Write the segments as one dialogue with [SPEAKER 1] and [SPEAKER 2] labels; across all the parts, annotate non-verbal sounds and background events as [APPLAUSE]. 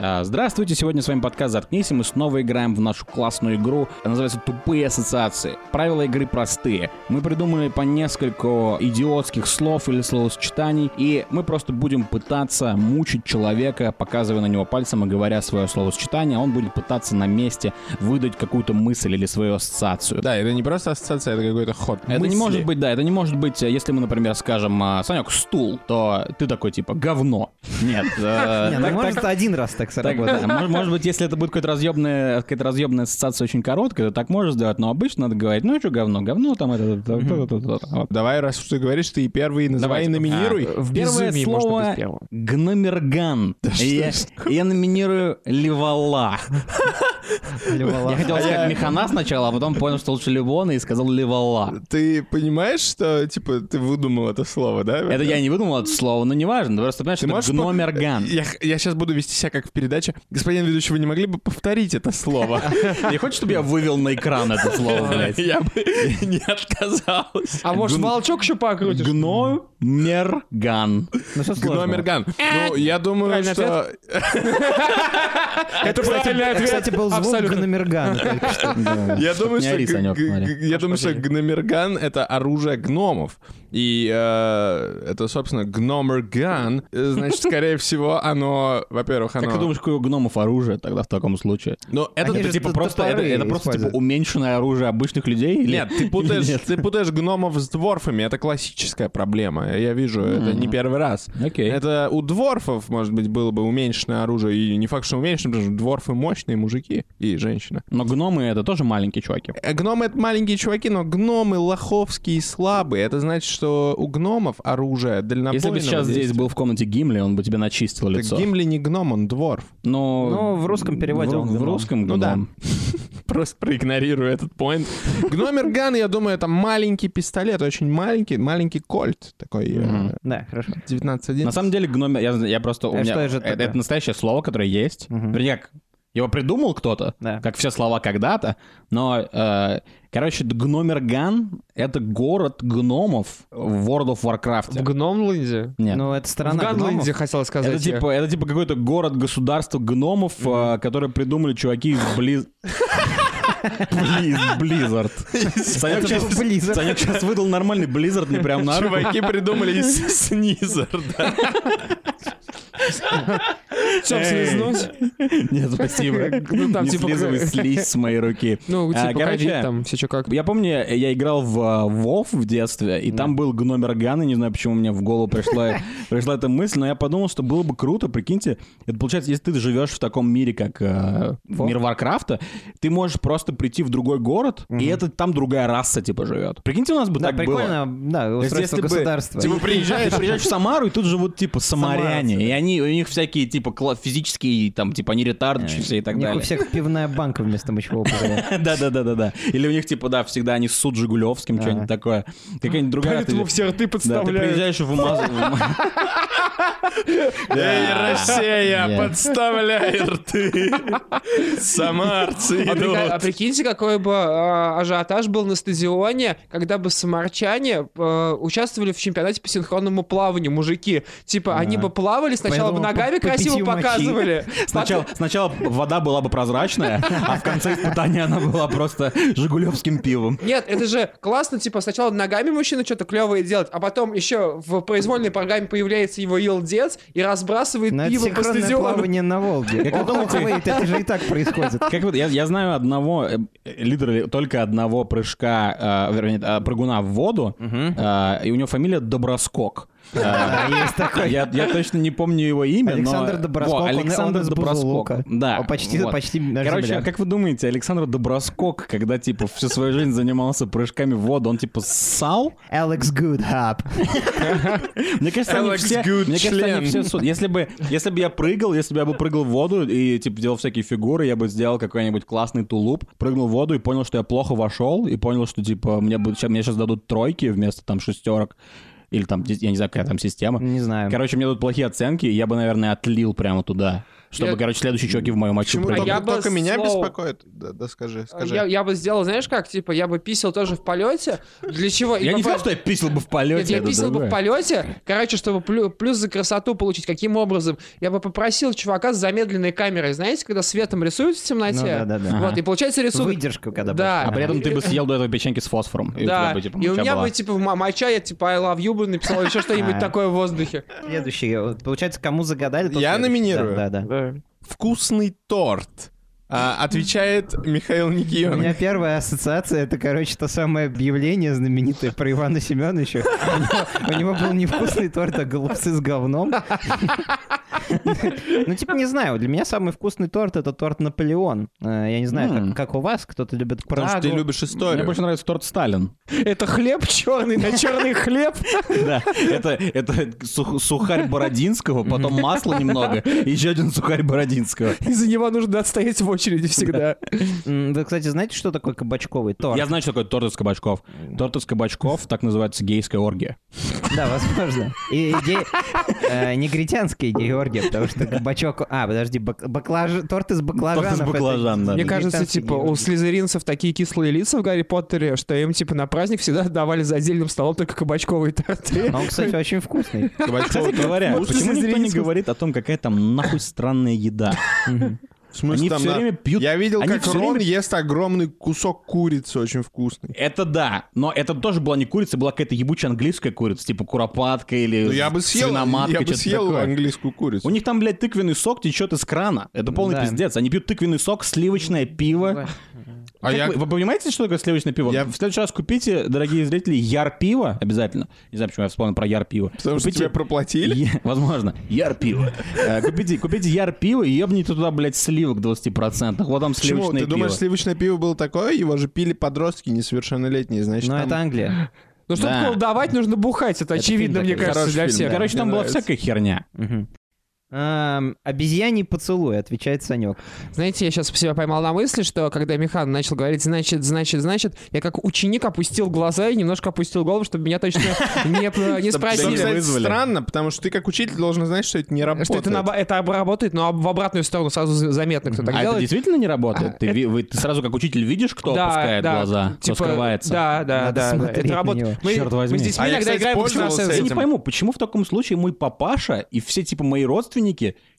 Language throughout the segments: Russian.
[SPEAKER 1] А, Здравствуйте, сегодня с вами подкаст «Заткнись», и мы снова играем в нашу классную игру. Она называется «Тупые ассоциации». Правила игры простые. Мы придумали по несколько идиотских слов или словосочетаний, и мы просто будем пытаться мучить человека, показывая на него пальцем и говоря свое словосочетание. Он будет пытаться на месте выдать какую-то мысль или свою ассоциацию.
[SPEAKER 2] Да, это не просто ассоциация, это какой-то ход.
[SPEAKER 1] Это
[SPEAKER 2] мысли.
[SPEAKER 1] не может быть, да, это не может быть, э, если мы, например, скажем, а, Санек, стул, то ты такой типа говно. Нет. э,
[SPEAKER 3] [LAUGHS] Не, ну
[SPEAKER 1] так-
[SPEAKER 3] может один раз так
[SPEAKER 1] так, да.
[SPEAKER 3] сработать.
[SPEAKER 1] Мож- Может быть, если это будет какая-то разъемная, какая-то разъемная ассоциация очень короткая, то так можно сделать, но обычно надо говорить, ну что, говно, говно, там это, это, то, то, то, то, то». Вот.
[SPEAKER 2] Давай, раз уж ты говоришь, ты и первый называй и
[SPEAKER 1] Давайте.
[SPEAKER 2] номинируй.
[SPEAKER 4] В
[SPEAKER 1] Первое
[SPEAKER 4] безумии
[SPEAKER 1] слово
[SPEAKER 4] можно быть первым.
[SPEAKER 1] Гномерган. Я, я номинирую Левала. Я хотел сказать Механа сначала, а потом понял, что лучше Левона и сказал Левала.
[SPEAKER 2] Ты понимаешь, что, типа, ты выдумал это слово, да?
[SPEAKER 1] Это я не выдумал это слово, но неважно. Ты просто понимаешь,
[SPEAKER 2] Ты
[SPEAKER 1] что это
[SPEAKER 2] можешь по-
[SPEAKER 1] Гномерган.
[SPEAKER 2] Я, сейчас буду вести себя как в передаче. Господин ведущий, вы не могли бы повторить это слово?
[SPEAKER 1] Не хочешь, чтобы я вывел на экран это слово, [LAUGHS] блядь?
[SPEAKER 4] Я
[SPEAKER 2] [LAUGHS]
[SPEAKER 4] бы не отказалась.
[SPEAKER 5] А может, волчок еще покрутишь?
[SPEAKER 1] Гномерган.
[SPEAKER 3] Ну что сложного?
[SPEAKER 2] Гномерган. Ну,
[SPEAKER 1] Э,
[SPEAKER 2] я думаю,
[SPEAKER 5] Правильный
[SPEAKER 2] что...
[SPEAKER 5] Это правильный
[SPEAKER 3] Это, кстати,
[SPEAKER 5] ответ.
[SPEAKER 3] был звук
[SPEAKER 5] Абсолютно.
[SPEAKER 3] Гномергана только что.
[SPEAKER 2] Я думаю,
[SPEAKER 1] не
[SPEAKER 2] что,
[SPEAKER 1] ори,
[SPEAKER 2] г-
[SPEAKER 1] Санёк,
[SPEAKER 2] г-
[SPEAKER 1] смотри.
[SPEAKER 2] г- я думаю, что гномерган — это оружие гномов. И э, это, собственно, гномерган. Э, Значит, скорее всего, оно... Во-первых, оно...
[SPEAKER 1] Как ты думаешь, какое у гномов оружие тогда в таком случае?
[SPEAKER 2] Ну, это...
[SPEAKER 1] Ну.
[SPEAKER 3] Они
[SPEAKER 1] Это
[SPEAKER 3] же
[SPEAKER 1] типа
[SPEAKER 3] т-
[SPEAKER 1] просто, это,
[SPEAKER 3] топоры
[SPEAKER 1] это просто типа
[SPEAKER 3] используют.
[SPEAKER 1] уменьшенное оружие обычных людей? [LAUGHS] или-
[SPEAKER 2] [LAUGHS] Нет, ты путаешь,
[SPEAKER 1] Нет.
[SPEAKER 2] ты путаешь гномов с дворфами. Это классическая проблема. Я вижу, это не первый раз.
[SPEAKER 1] Окей.
[SPEAKER 2] Это у дворфов, может быть, было бы уменьшенное оружие. И не факт, что уменьшенное, потому что дворфы мощные мужики и женщина.
[SPEAKER 1] Но гномы это тоже маленькие чуваки.
[SPEAKER 2] Э, Гномы — это маленькие чуваки, но гномы лоховские и слабые. Это значит, что у гномов оружие дальнобойного
[SPEAKER 1] Если бы сейчас здесь был в комнате Гимли, он бы тебе начистил лицо.
[SPEAKER 2] действия. Так Гимли не гном,
[SPEAKER 1] [LAUGHS]
[SPEAKER 2] он дворф.
[SPEAKER 1] Но...
[SPEAKER 3] Ну, в русском переводе
[SPEAKER 1] в,
[SPEAKER 3] он
[SPEAKER 1] в
[SPEAKER 3] гном.
[SPEAKER 1] русском
[SPEAKER 2] Ну
[SPEAKER 1] гном.
[SPEAKER 2] да. Просто проигнорирую этот поинт. Гномерган, я думаю, это маленький пистолет, очень маленький, маленький кольт такой. э,
[SPEAKER 1] Мгм.
[SPEAKER 3] [LAUGHS] Да, хорошо.
[SPEAKER 2] 19.1.
[SPEAKER 1] На самом деле гномер... Я, я просто... у
[SPEAKER 3] Э,
[SPEAKER 1] меня-
[SPEAKER 3] что же это
[SPEAKER 1] это,
[SPEAKER 3] такое?
[SPEAKER 1] это настоящее слово, которое есть.
[SPEAKER 3] Мгм.
[SPEAKER 1] Вернее, как его придумал кто-то,
[SPEAKER 3] Да.
[SPEAKER 1] как все слова когда-то, но, э, короче, Гномерган — это город гномов в World of
[SPEAKER 5] В
[SPEAKER 1] Warcraft.
[SPEAKER 5] Гномленде?
[SPEAKER 1] Нет.
[SPEAKER 3] Ну, это
[SPEAKER 5] В
[SPEAKER 3] страна гномов.
[SPEAKER 5] Ганленде, хотел сказать.
[SPEAKER 1] Это типа, это типа какой-то город государство гномов, а, который придумали чуваки из Близ... Близ, Близзард. Санек
[SPEAKER 3] Это
[SPEAKER 1] сейчас,
[SPEAKER 3] был Blizzard.
[SPEAKER 1] Санек сейчас выдал нормальный Близзард мне прям на руку.
[SPEAKER 2] Чуваки
[SPEAKER 1] [LAUGHS]
[SPEAKER 2] придумали снизер, да.
[SPEAKER 5] Всё, э,
[SPEAKER 1] Эй.
[SPEAKER 5] слизнуть?
[SPEAKER 1] Нет, спасибо.
[SPEAKER 5] Ну, там
[SPEAKER 1] Не
[SPEAKER 5] типа-
[SPEAKER 1] слизывай слизь с моей руки.
[SPEAKER 5] Ну,
[SPEAKER 1] А,
[SPEAKER 5] типа,
[SPEAKER 1] короче,
[SPEAKER 5] ходить там, все что как.
[SPEAKER 1] [LAUGHS] Я помню, я играл в э, WoW в детстве, и там был гномерган, и не знаю, почему мне в голову пришла,
[SPEAKER 3] [LAUGHS]
[SPEAKER 1] пришла эта мысль, но я подумал, что было бы круто, прикиньте, это получается, если ты живешь в таком мире, как э,
[SPEAKER 3] Во.
[SPEAKER 1] мир Варкрафта, ты можешь просто прийти в другой город, и это там другая раса, типа, живет. Прикиньте, у нас бы
[SPEAKER 3] Да,
[SPEAKER 1] так было.
[SPEAKER 3] прикольно, да,
[SPEAKER 1] То есть если
[SPEAKER 3] устройство
[SPEAKER 1] бы
[SPEAKER 3] государства.
[SPEAKER 1] Ты приезжаешь, ты приезжаешь в Самару, и тут живут, типа, самаряне.
[SPEAKER 3] Самарцы.
[SPEAKER 1] И они, у них всякие, типа, кла- физические, там, типа, они ретардочиеся и
[SPEAKER 3] Э, У
[SPEAKER 1] так
[SPEAKER 3] них
[SPEAKER 1] [LAUGHS]
[SPEAKER 3] у
[SPEAKER 1] далее.
[SPEAKER 3] всех пивная банка вместо мочевого пузыря.
[SPEAKER 1] [LAUGHS] Да-да-да-да-да. Или у них, типа, да, всегда они ссут Жигулевским, что-нибудь
[SPEAKER 3] Ага.
[SPEAKER 1] такое. Какая-нибудь другая... ты-
[SPEAKER 5] Поэтому все рты
[SPEAKER 1] Да, ты
[SPEAKER 5] подставляют.
[SPEAKER 1] приезжаешь в Маз- в Ма-
[SPEAKER 2] Эй, Россия,
[SPEAKER 1] Я. [LAUGHS]
[SPEAKER 2] подставляй рты. Самарцы
[SPEAKER 5] А, прика- а
[SPEAKER 2] идут.
[SPEAKER 5] прикиньте, какой бы а, ажиотаж был на стадионе, когда бы самарчане э, участвовали в чемпионате по синхронному плаванию, мужики. Типа, они бы плавали, сначала бы
[SPEAKER 3] Поэтому
[SPEAKER 5] ногами
[SPEAKER 3] по- по
[SPEAKER 5] красиво
[SPEAKER 3] питью мочи.
[SPEAKER 5] показывали.
[SPEAKER 1] [LAUGHS] Сначала, сначала вода была бы прозрачная, а в конце испытания она была просто жигулевским пивом.
[SPEAKER 5] Нет, это же классно, типа, сначала ногами мужчина что-то клевое делает, а потом еще в произвольной программе появляется его елдец и разбрасывает
[SPEAKER 3] Но это
[SPEAKER 5] пиво по
[SPEAKER 3] синхронное
[SPEAKER 5] стадиону.
[SPEAKER 3] плавание на Волге.
[SPEAKER 1] Как вы
[SPEAKER 3] Ох,
[SPEAKER 1] думаете-
[SPEAKER 3] wait, это же и так происходит.
[SPEAKER 1] Как вот, я, я знаю одного, э, э, лидера, только одного прыжка, э, вернее, э, прыгуна в воду, э, и у него фамилия
[SPEAKER 3] [LAUGHS]
[SPEAKER 1] Доброскок. Э,
[SPEAKER 3] Есть такой.
[SPEAKER 1] Я, я точно не помню его имя,
[SPEAKER 3] Александр
[SPEAKER 1] но...
[SPEAKER 3] Доброскок,
[SPEAKER 1] Во,
[SPEAKER 3] он-
[SPEAKER 1] Александр
[SPEAKER 3] он из
[SPEAKER 1] Доброскок.
[SPEAKER 3] Бузулука.
[SPEAKER 1] Да.
[SPEAKER 3] Он почти- почти на
[SPEAKER 1] Короче,
[SPEAKER 3] земле.
[SPEAKER 1] а как вы думаете, Александр Доброскок, когда, типа, всю свою жизнь занимался прыжками в воду, он, типа, ссал?
[SPEAKER 3] Алекс Гудхаб.
[SPEAKER 1] Мне кажется, они
[SPEAKER 2] Алекс
[SPEAKER 1] все...
[SPEAKER 2] Гуд
[SPEAKER 1] Мне кажется, они все...
[SPEAKER 2] член.
[SPEAKER 1] су- Если бы, если бы я прыгал, если бы я бы прыгал в воду и, типа, делал всякие фигуры, я бы сделал какой-нибудь классный тулуп, прыгнул в воду и понял, что я плохо вошел, и понял, что, типа, мне, будут, ща- мне сейчас дадут тройки вместо, там, шестерок. Или там, я не знаю, какая там система.
[SPEAKER 3] Не знаю.
[SPEAKER 1] Короче, мне тут плохие оценки, и я бы, наверное, отлил прямо туда. чтобы,
[SPEAKER 5] Я-
[SPEAKER 1] короче, следующие чуваки в моем матче
[SPEAKER 2] Почему
[SPEAKER 5] А
[SPEAKER 2] только,
[SPEAKER 1] прыгали.
[SPEAKER 5] я бы
[SPEAKER 2] только меня
[SPEAKER 5] слово-
[SPEAKER 2] беспокоит? Да, да
[SPEAKER 1] А
[SPEAKER 2] скажи, скажи.
[SPEAKER 5] Я, я бы сделал, знаешь как, типа, я бы писал тоже в полете. Для чего? И
[SPEAKER 1] Я не сказал,
[SPEAKER 5] попа-
[SPEAKER 1] что я писал бы в
[SPEAKER 5] Нет,
[SPEAKER 1] полете.
[SPEAKER 5] я
[SPEAKER 1] это
[SPEAKER 5] писал бы
[SPEAKER 1] другое.
[SPEAKER 5] в полете, короче, чтобы плю- плюс за красоту получить. Каким образом? Я бы попросил чувака с замедленной камерой, знаете, когда светом рисуют в темноте.
[SPEAKER 3] Ну да, да, да.
[SPEAKER 5] Вот, и получается рисунок.
[SPEAKER 3] Выдержку, когда
[SPEAKER 5] Да.
[SPEAKER 1] А
[SPEAKER 3] больше.
[SPEAKER 1] при этом ты бы съел до этого печеньки с фосфором. И у тебя
[SPEAKER 5] Да,
[SPEAKER 1] бы, типа,
[SPEAKER 5] и у
[SPEAKER 1] моча
[SPEAKER 5] меня
[SPEAKER 1] была.
[SPEAKER 5] бы, типа, в м- моча, я, типа, I love you бы написал, еще что-нибудь
[SPEAKER 3] А.
[SPEAKER 5] такое в воздухе.
[SPEAKER 3] Следующий. Вот, Получается, кому загадали, тот
[SPEAKER 2] Я
[SPEAKER 3] следующий.
[SPEAKER 2] номинирую.
[SPEAKER 3] Да, да. да.
[SPEAKER 2] Вкусный торт. а, отвечает Михаил
[SPEAKER 3] У меня
[SPEAKER 2] Никиенок.
[SPEAKER 3] первая ассоциация, это, короче, то самое объявление знаменитое про Ивана Семеновича. У него, у него был невкусный торт, а голубцы с говном. Ну, типа, не знаю, для меня самый вкусный торт — это торт Наполеон. Э, Я не знаю,
[SPEAKER 1] М.
[SPEAKER 3] как- как у вас, кто-то любит
[SPEAKER 2] Потому что ты
[SPEAKER 3] Прагу.
[SPEAKER 2] любишь
[SPEAKER 1] Мне
[SPEAKER 2] историю.
[SPEAKER 1] больше нравится торт Сталин.
[SPEAKER 5] Это хлеб черный на черный хлеб.
[SPEAKER 1] Да, это, это сух- сухарь Бородинского, потом масло немного, и еще один сухарь Бородинского.
[SPEAKER 5] И за него нужно отстоять в очереди всегда.
[SPEAKER 3] М, Вы, кстати, знаете, что такое кабачковый торт?
[SPEAKER 1] Я знаю, что такое торт из кабачков. Торт из кабачков, так называется гейская оргия.
[SPEAKER 3] Да, возможно. И идея... э, Негритянская Георгия, потому что кабачок... А, подожди, бак- баклаж- торт из баклажанов. это
[SPEAKER 1] баклажан, да.
[SPEAKER 5] Мне
[SPEAKER 1] Да.
[SPEAKER 5] кажется,
[SPEAKER 3] негритянский
[SPEAKER 5] типа, у
[SPEAKER 3] Георгий.
[SPEAKER 5] слизеринцев такие кислые лица в Гарри Поттере, что им, типа, на праздник всегда давали за отдельным столом только
[SPEAKER 3] [LAUGHS]
[SPEAKER 5] кабачковые торты.
[SPEAKER 3] А Он,
[SPEAKER 2] [LAUGHS]
[SPEAKER 3] кстати, очень вкусный.
[SPEAKER 1] Кстати
[SPEAKER 2] Кабачковый торт.
[SPEAKER 1] говоря,
[SPEAKER 2] вкус?
[SPEAKER 1] почему никто не
[SPEAKER 5] зрительского-
[SPEAKER 1] говорит о том, какая там нахуй странная еда?
[SPEAKER 2] В смысле,
[SPEAKER 1] Они
[SPEAKER 2] там
[SPEAKER 1] всё
[SPEAKER 2] на-
[SPEAKER 1] время пьют-
[SPEAKER 2] Я видел,
[SPEAKER 1] они
[SPEAKER 2] как
[SPEAKER 1] всё
[SPEAKER 2] Рон
[SPEAKER 1] время-
[SPEAKER 2] ест огромный кусок курицы, очень вкусный.
[SPEAKER 1] Это да, но это тоже была не курица, была какая-то ебучая английская курица, типа куропатка или
[SPEAKER 2] Ну, я бы съел,
[SPEAKER 1] свиноматка,
[SPEAKER 2] я бы
[SPEAKER 1] что-то
[SPEAKER 2] съел
[SPEAKER 1] такое.
[SPEAKER 2] английскую курицу.
[SPEAKER 1] У них там, блядь, тыквенный сок течет из крана. Это полный
[SPEAKER 3] Да.
[SPEAKER 1] пиздец. Они пьют тыквенный сок, сливочное пиво.
[SPEAKER 2] А
[SPEAKER 1] Как
[SPEAKER 2] я...
[SPEAKER 1] вы, вы понимаете, что такое сливочное пиво?
[SPEAKER 2] Я-
[SPEAKER 1] В следующий раз купите, дорогие зрители, яр пиво обязательно. Не знаю, почему я вспомнил про яр пиво.
[SPEAKER 2] Потому что
[SPEAKER 1] Купите-
[SPEAKER 2] тебя проплатили?
[SPEAKER 1] Е- возможно. Яр пиво. Э, Купите, купите яр пиво и ебните туда, блядь, сливок 20%. Вот там
[SPEAKER 2] Почему?
[SPEAKER 1] сливочное
[SPEAKER 2] Ты думаешь,
[SPEAKER 1] пиво.
[SPEAKER 2] сливочное пиво было такое? Его же пили подростки несовершеннолетние, значит,
[SPEAKER 3] Но
[SPEAKER 2] там-
[SPEAKER 3] это Англия.
[SPEAKER 5] Ну, чтобы
[SPEAKER 1] Да.
[SPEAKER 5] колдовать, нужно бухать. Это
[SPEAKER 3] Это
[SPEAKER 5] очевидно,
[SPEAKER 3] фильм
[SPEAKER 5] мне
[SPEAKER 3] такой.
[SPEAKER 5] кажется,
[SPEAKER 2] Хороший
[SPEAKER 5] для
[SPEAKER 2] фильм,
[SPEAKER 5] всех.
[SPEAKER 2] да.
[SPEAKER 1] Короче,
[SPEAKER 2] Мне
[SPEAKER 1] там была
[SPEAKER 2] нравится.
[SPEAKER 1] всякая херня.
[SPEAKER 3] Мгм. Эм, Обезьяний поцелуй, отвечает Санек.
[SPEAKER 5] Знаете, я сейчас себя поймал на мысли, что когда Михан начал говорить «значит, значит, значит», я как ученик опустил глаза и немножко опустил голову, чтобы меня точно не,
[SPEAKER 2] Да,
[SPEAKER 5] не
[SPEAKER 1] Просили.
[SPEAKER 2] кстати,
[SPEAKER 5] спросили.
[SPEAKER 1] Вызвали.
[SPEAKER 2] странно, потому что ты как учитель должен знать, что это не
[SPEAKER 5] Что
[SPEAKER 2] работает.
[SPEAKER 5] это, на- это обработает, но об- в обратную сторону сразу за- заметно, кто так
[SPEAKER 1] А это
[SPEAKER 5] делает.
[SPEAKER 1] действительно не
[SPEAKER 2] А
[SPEAKER 1] работает? Ты, ви- вы- ты сразу как учитель видишь, кто опускает глаза, кто
[SPEAKER 5] типа,
[SPEAKER 1] скрывается?
[SPEAKER 5] Да, да,
[SPEAKER 3] Надо
[SPEAKER 5] да, да.
[SPEAKER 3] смотреть
[SPEAKER 5] Это
[SPEAKER 3] на
[SPEAKER 5] работает.
[SPEAKER 3] него.
[SPEAKER 5] Мы,
[SPEAKER 1] Чёрт
[SPEAKER 5] мы
[SPEAKER 1] возьми.
[SPEAKER 5] с детьми
[SPEAKER 2] А я,
[SPEAKER 5] иногда
[SPEAKER 2] кстати,
[SPEAKER 5] играем в
[SPEAKER 2] пользовался
[SPEAKER 5] экстрасенсов.
[SPEAKER 1] Я не
[SPEAKER 2] этим.
[SPEAKER 1] пойму, почему в таком случае мой папаша и все, типа, мои родственники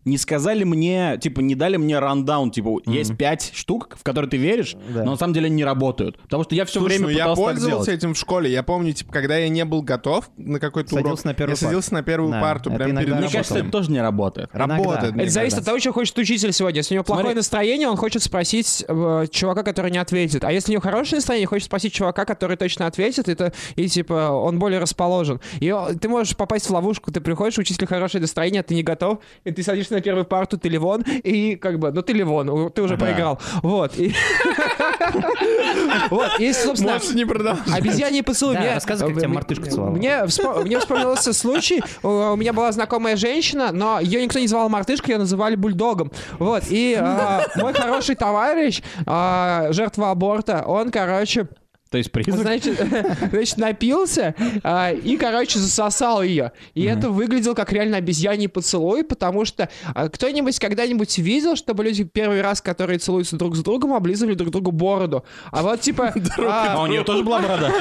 [SPEAKER 1] не сказали мне, типа, не дали мне рандаун, типа, есть пять штук, в которые ты веришь,
[SPEAKER 3] Да.
[SPEAKER 1] но на самом деле они не работают. Потому что я все
[SPEAKER 2] Слушай,
[SPEAKER 1] время
[SPEAKER 2] ну я
[SPEAKER 1] пытался так
[SPEAKER 2] пользовался
[SPEAKER 1] делать.
[SPEAKER 2] этим в школе. Я помню, типа, когда я не был готов на какой-то
[SPEAKER 3] Садился
[SPEAKER 2] урок,
[SPEAKER 3] на
[SPEAKER 2] я
[SPEAKER 3] первую
[SPEAKER 2] садился на первую
[SPEAKER 3] Да,
[SPEAKER 2] парту,
[SPEAKER 3] это
[SPEAKER 2] прямо перед
[SPEAKER 3] иногда
[SPEAKER 1] Мне кажется,
[SPEAKER 3] работало.
[SPEAKER 1] это тоже не работает.
[SPEAKER 2] Работает.
[SPEAKER 3] Иногда.
[SPEAKER 2] мне
[SPEAKER 5] Это зависит от
[SPEAKER 2] кажется.
[SPEAKER 5] того, что хочет учитель сегодня. Если у него плохое
[SPEAKER 1] Смотри.
[SPEAKER 5] настроение, он хочет спросить э, чувака, который не ответит. А если у него хорошее настроение, хочет спросить чувака, который точно ответит, это и типа он более расположен. И о, ты можешь попасть в ловушку, ты приходишь, у учителя хорошее настроение, ты не готов, и ты садишься на первую парту, ты ливон, и как бы, ну ты ливон, у- ты уже
[SPEAKER 1] Да.
[SPEAKER 5] проиграл. Вот. И- [LAUGHS] Вот. И, собственно,
[SPEAKER 2] Можешь не продолжать.
[SPEAKER 5] Обезьяне поцелуй.
[SPEAKER 3] Да,
[SPEAKER 5] Мне-
[SPEAKER 3] рассказывай, как
[SPEAKER 5] э,
[SPEAKER 3] тебя
[SPEAKER 5] мне-
[SPEAKER 3] мартышка целовала.
[SPEAKER 5] Мне, вспо- мне вспомнился случай, э, у меня была знакомая женщина, но ее никто не звал мартышкой, ее называли бульдогом. Вот, и э, мой хороший товарищ, э, жертва аборта, он, короче,
[SPEAKER 1] То есть признак...
[SPEAKER 5] значит, [LAUGHS] значит, напился а, и, короче, засосал ее. И это выглядело как реально обезьяний поцелуй, потому что а, кто-нибудь когда-нибудь видел, чтобы люди первый раз, которые целуются друг с другом, облизывали друг другу бороду. А вот типа... а,
[SPEAKER 1] А у нее тоже была
[SPEAKER 2] [LAUGHS]
[SPEAKER 1] борода?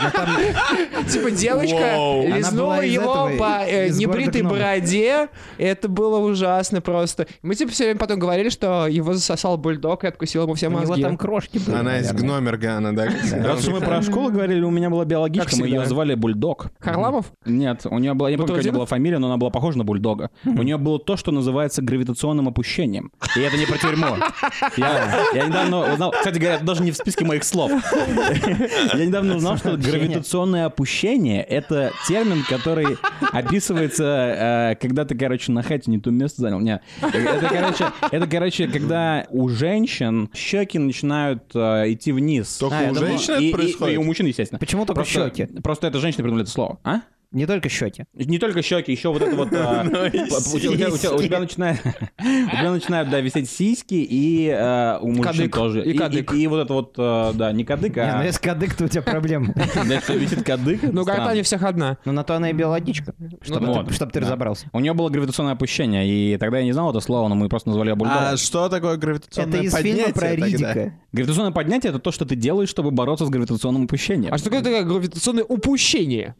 [SPEAKER 5] Типа девочка
[SPEAKER 2] Вау.
[SPEAKER 3] Она
[SPEAKER 5] лизнула
[SPEAKER 3] была из
[SPEAKER 5] его
[SPEAKER 3] этого,
[SPEAKER 5] по э,
[SPEAKER 3] из города
[SPEAKER 5] небритой
[SPEAKER 3] гномов.
[SPEAKER 5] бороде. Это было ужасно просто. Мы типа все время потом говорили, что его засосал бульдог и откусил ему все
[SPEAKER 3] У него
[SPEAKER 5] мозги.
[SPEAKER 3] там крошки были,
[SPEAKER 2] Она из
[SPEAKER 3] наверное.
[SPEAKER 2] Гномергана, да?
[SPEAKER 1] Раз уж мы
[SPEAKER 2] А
[SPEAKER 1] про школу говорили, у меня была биологичка,
[SPEAKER 5] Как
[SPEAKER 1] мы ее
[SPEAKER 5] всегда.
[SPEAKER 1] звали Бульдог.
[SPEAKER 5] Харламов?
[SPEAKER 1] Нет, у нее была, я не помню, как у нее
[SPEAKER 5] Батрутдинов?
[SPEAKER 1] была фамилия, но она была похожа на бульдога. У нее было то, что называется гравитационным опущением. И это не про тюрьму. Я, я недавно узнал, кстати говоря, это даже не в списке моих слов. Я недавно узнал, что гравитационное опущение — это термин, который описывается, э, когда ты, короче, на хате не то место занял. Нет. Это, короче, это, короче, когда у женщин щеки начинают э, идти вниз.
[SPEAKER 2] Только
[SPEAKER 3] А,
[SPEAKER 2] у
[SPEAKER 3] я думал-
[SPEAKER 2] женщин
[SPEAKER 1] И-
[SPEAKER 2] это
[SPEAKER 1] и- И,
[SPEAKER 2] происходит?
[SPEAKER 1] у мужчин, естественно.
[SPEAKER 3] Почему только
[SPEAKER 1] Просто-
[SPEAKER 3] щеки?
[SPEAKER 1] Просто это женщины придумали это слово. А?
[SPEAKER 3] Не только щеки.
[SPEAKER 1] Не только щеки, еще вот это вот...
[SPEAKER 5] [LAUGHS]
[SPEAKER 1] а,
[SPEAKER 5] Ну,
[SPEAKER 1] у тебя- у тебя- У тебя начинают... [LAUGHS] У тебя начинают, да, висеть сиськи, и а, у мужчин
[SPEAKER 5] Кадык.
[SPEAKER 1] тоже.
[SPEAKER 5] И кадык.
[SPEAKER 1] И вот это вот, а, да, не кадык,
[SPEAKER 3] Не, ну
[SPEAKER 1] а...
[SPEAKER 3] если кадык, то у
[SPEAKER 2] [LAUGHS]
[SPEAKER 3] тебя проблема.
[SPEAKER 1] [LAUGHS] Да, что висит кадык. это
[SPEAKER 5] Ну,
[SPEAKER 1] странно.
[SPEAKER 5] гортань у всех одна.
[SPEAKER 3] Ну, на то она и биологичка,
[SPEAKER 2] Ну
[SPEAKER 3] чтобы
[SPEAKER 1] вот,
[SPEAKER 3] ты- чтобы ты
[SPEAKER 1] да.
[SPEAKER 3] разобрался.
[SPEAKER 1] У нее было гравитационное опущение, и тогда я не знал это слово, но мы просто назвали ее бульдогом.
[SPEAKER 2] А что такое гравитационное
[SPEAKER 3] Это из
[SPEAKER 2] поднятие
[SPEAKER 3] фильма про
[SPEAKER 2] тогда?
[SPEAKER 3] Ридика.
[SPEAKER 1] Гравитационное поднятие — это то, что ты делаешь, чтобы бороться с гравитационным опущением.
[SPEAKER 5] А что такое такое гравитационное упущение?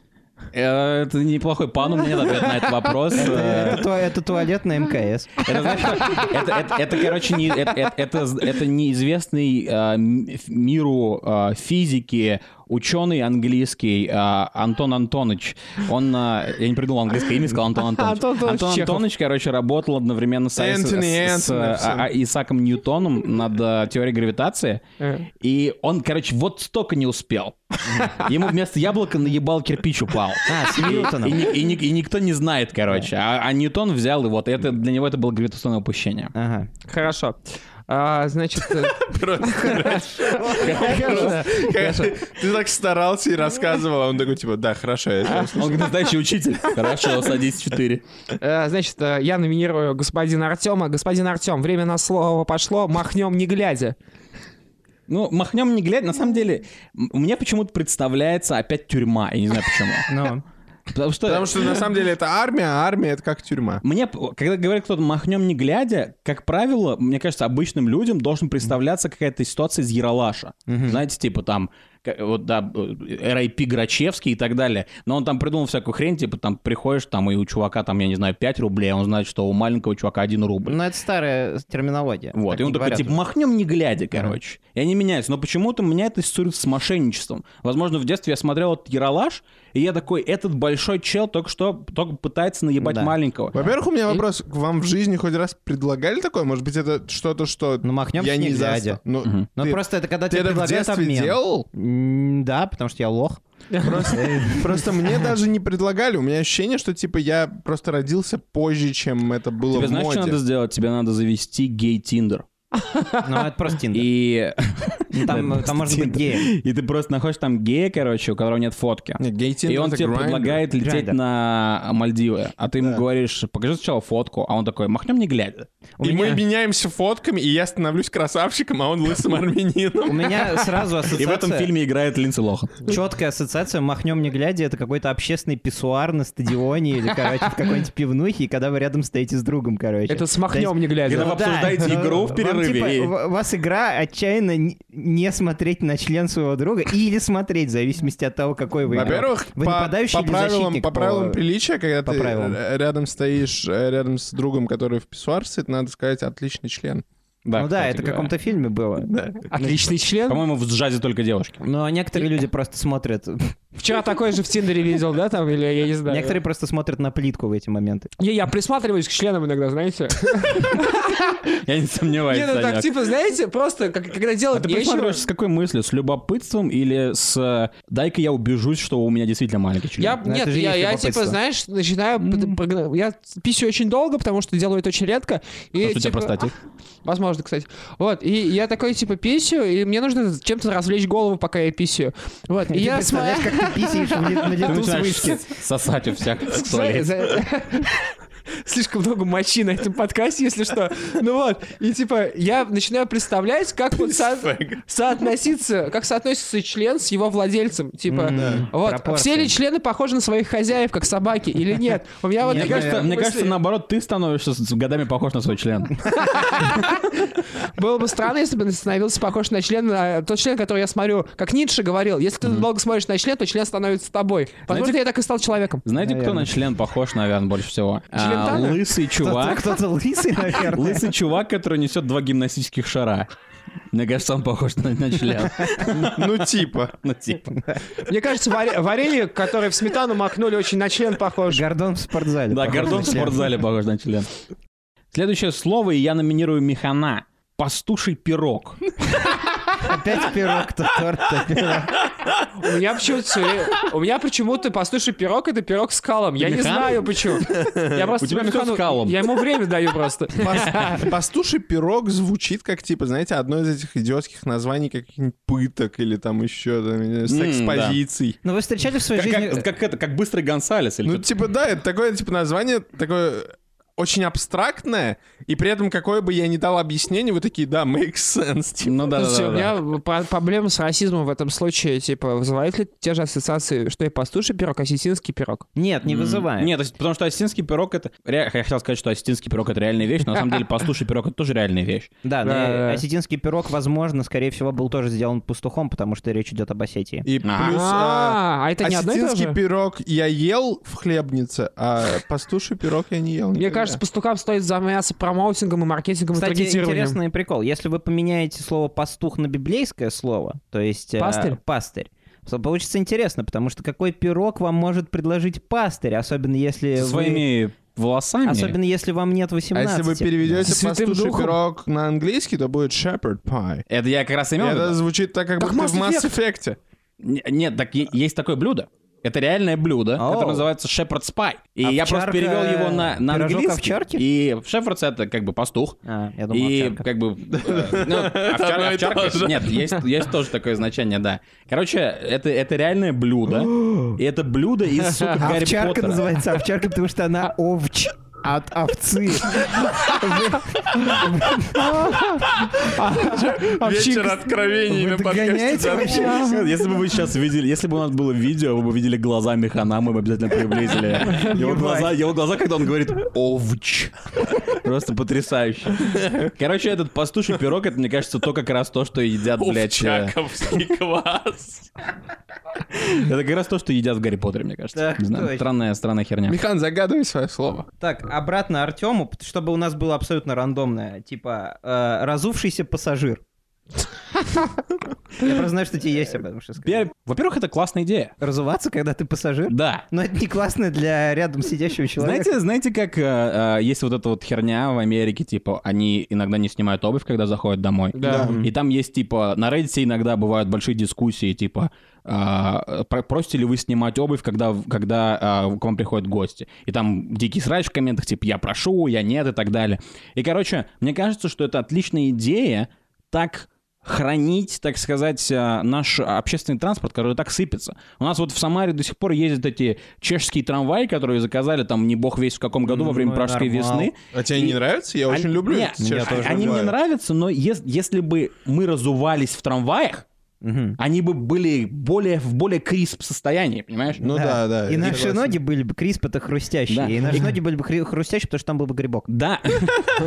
[SPEAKER 1] Э, Это неплохой пан, у меня нет ответа на этот вопрос. Э,
[SPEAKER 3] Это ту- это туалет на МКС.
[SPEAKER 1] Это, знаешь, что? это, это- это, короче, не, это, это- это- это неизвестный э, м- миру э, физики ученый английский э, Антон Антонович. Он, э, я не придумал английское имя, сказал Антон Антонович.
[SPEAKER 5] Антон Антонович Чехов.
[SPEAKER 1] Антонович, короче, работал одновременно с, Айс-
[SPEAKER 2] Энтони,
[SPEAKER 1] с- с,
[SPEAKER 2] Энтони,
[SPEAKER 1] э,
[SPEAKER 2] всё.
[SPEAKER 1] а- Исааком Ньютоном над э, теорией гравитации.
[SPEAKER 5] Э.
[SPEAKER 1] И он, короче, вот столько не успел. Ему вместо яблока наебал кирпич упал.
[SPEAKER 3] А, с
[SPEAKER 1] И-
[SPEAKER 3] Ньютоном.
[SPEAKER 1] И, ни- и ни- и никто не знает, короче. А, а Ньютон взял, и вот это для него это было гравитационное упущение.
[SPEAKER 3] Ага.
[SPEAKER 5] Хорошо. А, значит, э,
[SPEAKER 2] [LAUGHS] Конечно. Ты так старался и рассказывал, а он такой, типа, да, хорошо, я сейчас
[SPEAKER 1] Он как настоящий учитель. Хорошо, садись четыре.
[SPEAKER 5] э, значит, э, я номинирую господина Артема. Господин Артем, время на слово пошло. Махнем не глядя.
[SPEAKER 1] Ну, махнем не глядя. На самом деле, м- мне почему-то представляется опять тюрьма. Я не знаю почему.
[SPEAKER 3] Ну,
[SPEAKER 1] Потому что,
[SPEAKER 2] Потому что на самом деле это армия, а армия это как тюрьма.
[SPEAKER 1] мне, п- когда говорят кто-то махнем не глядя, как правило, мне кажется, обычным людям должен представляться какая-то ситуация из Яралаша. Знаете, типа там, к- вот, да, э, R.I.P. Грачевский и так далее. Но он там придумал всякую хрень, типа там приходишь, там и у чувака там, я не знаю, 5 рублей, а он знает, что у маленького чувака 1 рубль.
[SPEAKER 3] ну это старая терминология.
[SPEAKER 1] Вот,
[SPEAKER 3] Ну, Так
[SPEAKER 1] и он
[SPEAKER 3] не
[SPEAKER 1] такой,
[SPEAKER 3] говорят
[SPEAKER 1] типа,
[SPEAKER 3] уже.
[SPEAKER 1] махнем не глядя, короче. И они меняются. Но почему-то меня это ассоциируется с мошенничеством. Возможно, в детстве я смотрел этот Яралаш, и я такой, этот большой чел только что только пытается наебать
[SPEAKER 3] Да.
[SPEAKER 1] маленького.
[SPEAKER 2] Во-первых, у меня вопрос, к вам в жизни хоть раз предлагали такое? Может быть, это что-то, что
[SPEAKER 3] Ну, махнем
[SPEAKER 2] я
[SPEAKER 3] с ней
[SPEAKER 2] не застал?
[SPEAKER 3] глядя.
[SPEAKER 2] Ну,
[SPEAKER 3] Ну
[SPEAKER 2] ты-
[SPEAKER 3] просто это когда
[SPEAKER 2] ты
[SPEAKER 3] тебе
[SPEAKER 2] это в
[SPEAKER 3] предлагают
[SPEAKER 2] детстве
[SPEAKER 3] обмен. [LAUGHS]
[SPEAKER 2] делал?
[SPEAKER 3] М, Да, потому что я лох.
[SPEAKER 2] Просто, просто мне даже не предлагали. У меня ощущение, что типа я просто родился позже, чем это было
[SPEAKER 1] Тебе
[SPEAKER 2] в
[SPEAKER 1] знаешь,
[SPEAKER 2] моде.
[SPEAKER 1] что надо сделать? Тебе надо завести гей-тиндер.
[SPEAKER 3] Но Ну, это просто Тиндер.
[SPEAKER 1] И... [LAUGHS]
[SPEAKER 3] Ну, Там там можно быть геем.
[SPEAKER 1] и ты просто находишь там гея, короче, у которого нет фотки.
[SPEAKER 2] Нет, гей-тиндер
[SPEAKER 1] И он
[SPEAKER 2] Ну, это
[SPEAKER 1] тебе
[SPEAKER 2] Grindr.
[SPEAKER 1] предлагает лететь
[SPEAKER 3] Grindr.
[SPEAKER 1] на Мальдивы, а ты ему говоришь, покажи сначала фотку, а он такой, махнем не глядя. [LAUGHS]
[SPEAKER 3] У
[SPEAKER 2] и мы
[SPEAKER 3] меня-
[SPEAKER 2] меняемся фотками, и я становлюсь красавчиком, а он лысым
[SPEAKER 3] у
[SPEAKER 2] армянином.
[SPEAKER 3] меня сразу ассоциация...
[SPEAKER 1] ну, И в этом фильме играет Линдси Лохан.
[SPEAKER 3] Четкая ассоциация «махнем не глядя» — это какой-то общественный писсуар на стадионе или, короче, в какой-нибудь пивнухе, и когда вы рядом стоите с другом, короче. Ну
[SPEAKER 5] Это смахнем не
[SPEAKER 1] Когда вы
[SPEAKER 5] глядя.
[SPEAKER 3] Да,
[SPEAKER 1] обсуждаете
[SPEAKER 3] но
[SPEAKER 1] игру в
[SPEAKER 3] вам,
[SPEAKER 1] перерыве,
[SPEAKER 3] типа,
[SPEAKER 1] и-
[SPEAKER 3] в- у вас игра отчаянно н- не смотреть на член своего друга или смотреть, в зависимости от того, какой [LAUGHS] вы игрок.
[SPEAKER 2] Во-первых,
[SPEAKER 3] вы
[SPEAKER 2] по,
[SPEAKER 3] нападающий
[SPEAKER 2] по
[SPEAKER 3] или
[SPEAKER 2] правилам,
[SPEAKER 3] защитник
[SPEAKER 2] по правилам
[SPEAKER 3] по-
[SPEAKER 2] приличия, когда
[SPEAKER 3] по
[SPEAKER 2] ты
[SPEAKER 3] правилам.
[SPEAKER 2] э, рядом стоишь, э, рядом с другом, который в писсуар сидит, надо сказать «отличный член».
[SPEAKER 3] Ну да,
[SPEAKER 1] кстати
[SPEAKER 3] это в
[SPEAKER 1] говоря.
[SPEAKER 3] каком-то фильме было.
[SPEAKER 5] Отличный член.
[SPEAKER 1] По-моему, в джазе только девушки. [LAUGHS]
[SPEAKER 5] ну, а
[SPEAKER 3] Но некоторые люди просто смотрят.
[SPEAKER 5] Вчера такой же в Тиндере видел, да, там, или я не знаю.
[SPEAKER 3] Некоторые просто смотрят на плитку в эти моменты.
[SPEAKER 5] Не, я присматриваюсь к членам иногда, знаете.
[SPEAKER 1] Я не сомневаюсь,
[SPEAKER 5] Не, ну так,
[SPEAKER 1] Санек.
[SPEAKER 5] типа, знаете, просто, как- когда
[SPEAKER 1] А
[SPEAKER 5] делают
[SPEAKER 1] ты
[SPEAKER 5] нечего...
[SPEAKER 1] присматриваешь с какой мыслью? С любопытством или с э, «дай-ка я убежусь, что у меня действительно маленький член»?
[SPEAKER 5] Я,
[SPEAKER 3] Ну,
[SPEAKER 5] нет,
[SPEAKER 3] это же
[SPEAKER 5] я,
[SPEAKER 3] есть
[SPEAKER 5] я,
[SPEAKER 3] любопытство.
[SPEAKER 5] типа, знаешь, начинаю... прогна- Я писю очень долго, потому что делаю это очень редко. И,
[SPEAKER 1] Просто у тебя
[SPEAKER 5] типа,
[SPEAKER 1] простатит.
[SPEAKER 5] Возможно, кстати. Вот, и я такой, типа, писю, и мне нужно чем-то развлечь голову, пока я писю. Вот, и
[SPEAKER 3] Ты
[SPEAKER 5] я
[SPEAKER 3] представляешь,
[SPEAKER 5] смотрю...
[SPEAKER 3] как ты писаешь в
[SPEAKER 1] [LAUGHS]
[SPEAKER 3] ли- на
[SPEAKER 1] Ты
[SPEAKER 3] лету с
[SPEAKER 1] начинаешь
[SPEAKER 3] вышки.
[SPEAKER 1] с- сосать у всех в туалете.
[SPEAKER 5] [LAUGHS] Слишком много мочи на этом подкасте, если что. Ну вот, и типа, я начинаю представлять, как вот со- соотноситься, как соотносится член с его владельцем. Типа, вот,
[SPEAKER 3] пропорции.
[SPEAKER 5] все ли члены похожи на своих хозяев, как собаки, или нет? У меня вот
[SPEAKER 1] Мне
[SPEAKER 5] такая
[SPEAKER 1] кажется, мне
[SPEAKER 5] мысль.
[SPEAKER 1] кажется, наоборот, ты становишься с с годами похож на свой член.
[SPEAKER 5] Было бы странно, если бы он становился похож на член, на тот член, который я смотрю. Как Ницше говорил, если ты долго смотришь на член, то член становится тобой. Возможно, я так и стал человеком.
[SPEAKER 1] Знаете, кто
[SPEAKER 3] Наверное.
[SPEAKER 1] на член похож, наверное, больше всего? А,
[SPEAKER 5] Член Тана?
[SPEAKER 1] Лысый
[SPEAKER 3] Кто-то
[SPEAKER 1] чувак.
[SPEAKER 3] кто-то лысый, наверное.
[SPEAKER 1] Лысый чувак, который несет два гимнастических шара. Мне кажется, он похож на, на член.
[SPEAKER 2] Ну типа.
[SPEAKER 1] Ну, типа.
[SPEAKER 5] Мне кажется, варе- варенье, которое в сметану макнули, очень на член похоже.
[SPEAKER 3] Гордон в спортзале.
[SPEAKER 1] Да,
[SPEAKER 3] похож на
[SPEAKER 1] гордон в
[SPEAKER 3] член.
[SPEAKER 1] спортзале похож на член. Следующее слово, и я номинирую механа. Пастуший пирог.
[SPEAKER 3] Опять пирог, то торт, то пирог.
[SPEAKER 5] У меня почему-то... У меня почему-то, послушай, пирог — это пирог с калом. Я не
[SPEAKER 1] механ?
[SPEAKER 5] знаю почему. Я просто
[SPEAKER 1] тебя всё с
[SPEAKER 5] механу-
[SPEAKER 1] калом.
[SPEAKER 5] Я ему время даю просто.
[SPEAKER 1] [LAUGHS]
[SPEAKER 2] Пас- Пастуший пирог звучит как, типа, знаете, одно из этих идиотских названий каких-нибудь пыток или там еще там, не
[SPEAKER 1] М,
[SPEAKER 2] знаю, секс-позиций.
[SPEAKER 3] Ну вы встречали в своей
[SPEAKER 1] Как,
[SPEAKER 3] жизни...
[SPEAKER 1] как- как это, как быстрый Гонсалес или
[SPEAKER 2] Ну,
[SPEAKER 1] что-то.
[SPEAKER 2] типа, да, это такое, типа, название такое очень абстрактное, и при этом какое бы я ни дал объяснение, вы такие, да, makes sense, типа.
[SPEAKER 1] Ну да, да,
[SPEAKER 5] Слушайте,
[SPEAKER 1] да,
[SPEAKER 5] у
[SPEAKER 1] да.
[SPEAKER 5] меня про- проблема с расизмом в этом случае, типа, вызывает ли те же ассоциации, что и пастуший пирог, а сесинский пирог?
[SPEAKER 3] Нет, не
[SPEAKER 1] М,
[SPEAKER 3] вызывает.
[SPEAKER 1] Нет, то есть, потому что ассистинский пирог это... ре- Я хотел сказать, что ассистинский пирог это реальная вещь, но на самом деле пастуший пирог это тоже реальная вещь.
[SPEAKER 3] Да, но
[SPEAKER 5] Да-да-да.
[SPEAKER 3] осетинский пирог, возможно, скорее всего, был тоже сделан пастухом, потому что речь идет об Осетии.
[SPEAKER 2] И плюс...
[SPEAKER 1] Ага.
[SPEAKER 2] а,
[SPEAKER 5] А, а это не одно и то
[SPEAKER 2] Осетинский
[SPEAKER 5] же?
[SPEAKER 2] пирог я ел в хлебнице, а пастуший пирог я не ел.
[SPEAKER 5] Мне
[SPEAKER 2] никогда.
[SPEAKER 5] кажется, пастухам стоит заняться промоутингом и маркетингом и
[SPEAKER 3] Кстати,
[SPEAKER 5] таргетированием.
[SPEAKER 3] интересный прикол. Если вы поменяете слово «пастух» на библейское слово, то есть... э,
[SPEAKER 5] Пастырь?
[SPEAKER 3] пастырь. то Получится интересно, потому что какой пирог вам может предложить пастырь, особенно если
[SPEAKER 1] Со
[SPEAKER 3] вы-
[SPEAKER 1] своими волосами.
[SPEAKER 3] Особенно если вам нет
[SPEAKER 2] А
[SPEAKER 3] 18.
[SPEAKER 2] если вы переведете
[SPEAKER 5] С святым
[SPEAKER 2] пастуший
[SPEAKER 5] духом?
[SPEAKER 2] пирог на английский, то будет shepherd pie.
[SPEAKER 1] Это я как раз имел в виду.
[SPEAKER 2] Это звучит так, как
[SPEAKER 5] Как
[SPEAKER 2] будто в
[SPEAKER 5] Mass
[SPEAKER 2] Mass Effect.
[SPEAKER 1] Н- Нет, так е- есть такое блюдо. Это реальное блюдо,
[SPEAKER 3] Оу.
[SPEAKER 1] которое называется Шепард Спай. И я
[SPEAKER 3] Овчарка-
[SPEAKER 1] просто перевел его на, на
[SPEAKER 3] пирожок
[SPEAKER 1] английский.
[SPEAKER 3] овчарки?
[SPEAKER 1] И Шепардс это как бы пастух.
[SPEAKER 3] А, я думал,
[SPEAKER 1] И
[SPEAKER 3] овчарка.
[SPEAKER 1] как бы... э, ну,
[SPEAKER 4] одно
[SPEAKER 1] овчар-
[SPEAKER 4] и то
[SPEAKER 1] овчарка-
[SPEAKER 4] же.
[SPEAKER 1] Нет, есть есть тоже такое значение, да. Короче, это это реальное
[SPEAKER 3] [GASPS]
[SPEAKER 1] блюдо. И это блюдо из, сука, [LAUGHS] Гарри
[SPEAKER 3] овчарка
[SPEAKER 1] Поттера.
[SPEAKER 3] называется овчарка, потому что она овч от
[SPEAKER 1] [LAUGHS]
[SPEAKER 3] овцы.
[SPEAKER 5] Овчинка
[SPEAKER 4] Вечер откровений
[SPEAKER 3] Вы
[SPEAKER 4] на подкасте.
[SPEAKER 3] догоняете
[SPEAKER 4] да.
[SPEAKER 3] вообще?
[SPEAKER 1] Если бы вы сейчас видели, если бы у нас было видео, вы бы видели глаза Механа, мы бы обязательно приблизили. Его глаза, его глаза, когда он говорит «овч». Просто потрясающе. Короче, этот пастуший пирог, это, мне кажется, то как раз то, что едят, блядь... э,
[SPEAKER 4] Овчаковский [LAUGHS] квас.
[SPEAKER 1] Это как раз то, что едят в Гарри Поттере, мне кажется.
[SPEAKER 3] Так
[SPEAKER 1] Не знаю,
[SPEAKER 3] точно.
[SPEAKER 1] странная, странная херня.
[SPEAKER 2] Михан, загадывай свое слово.
[SPEAKER 3] Так, обратно Артему, чтобы у нас было абсолютно рандомное, типа э, разувшийся пассажир. Я просто знаю, что тебе есть об этом что сказать.
[SPEAKER 1] Пе- Во-первых, это классная идея.
[SPEAKER 3] Разуваться, когда ты пассажир?
[SPEAKER 1] Да.
[SPEAKER 3] Но это не классно для рядом сидящего человека.
[SPEAKER 1] Знаете, знаете, как э, э, есть вот эта вот херня в Америке, типа, они иногда не снимают обувь, когда заходят домой.
[SPEAKER 5] Да.
[SPEAKER 1] И там есть, типа, на Reddit иногда бывают большие дискуссии, типа, а, про- просите ли вы снимать обувь, когда, когда а, к вам приходят гости. И там дикий срач в комментах, типа, я прошу, я нет и так далее. И, короче, мне кажется, что это отличная идея так хранить, так сказать, а, наш общественный транспорт, который так сыпется. У нас вот в Самаре до сих пор ездят эти чешские трамваи, которые заказали там не бог весь в каком году во время
[SPEAKER 3] Ну,
[SPEAKER 1] пражской
[SPEAKER 3] нормал.
[SPEAKER 1] весны.
[SPEAKER 2] А тебе не нравится? Я очень
[SPEAKER 1] Они-
[SPEAKER 2] люблю.
[SPEAKER 1] не,
[SPEAKER 2] этот чешский
[SPEAKER 1] они
[SPEAKER 2] трамвай.
[SPEAKER 1] мне нравятся, но ес- если бы мы разувались в трамваях,
[SPEAKER 3] Мгм.
[SPEAKER 1] они бы были более, в более крисп состоянии, понимаешь?
[SPEAKER 2] Ну да, да.
[SPEAKER 3] И
[SPEAKER 2] я
[SPEAKER 3] наши
[SPEAKER 2] согласен.
[SPEAKER 3] ноги были бы криспы-то хрустящие.
[SPEAKER 1] Да.
[SPEAKER 3] И наши ноги были бы хри- хрустящие, потому что там был бы грибок.
[SPEAKER 1] Да, [LAUGHS]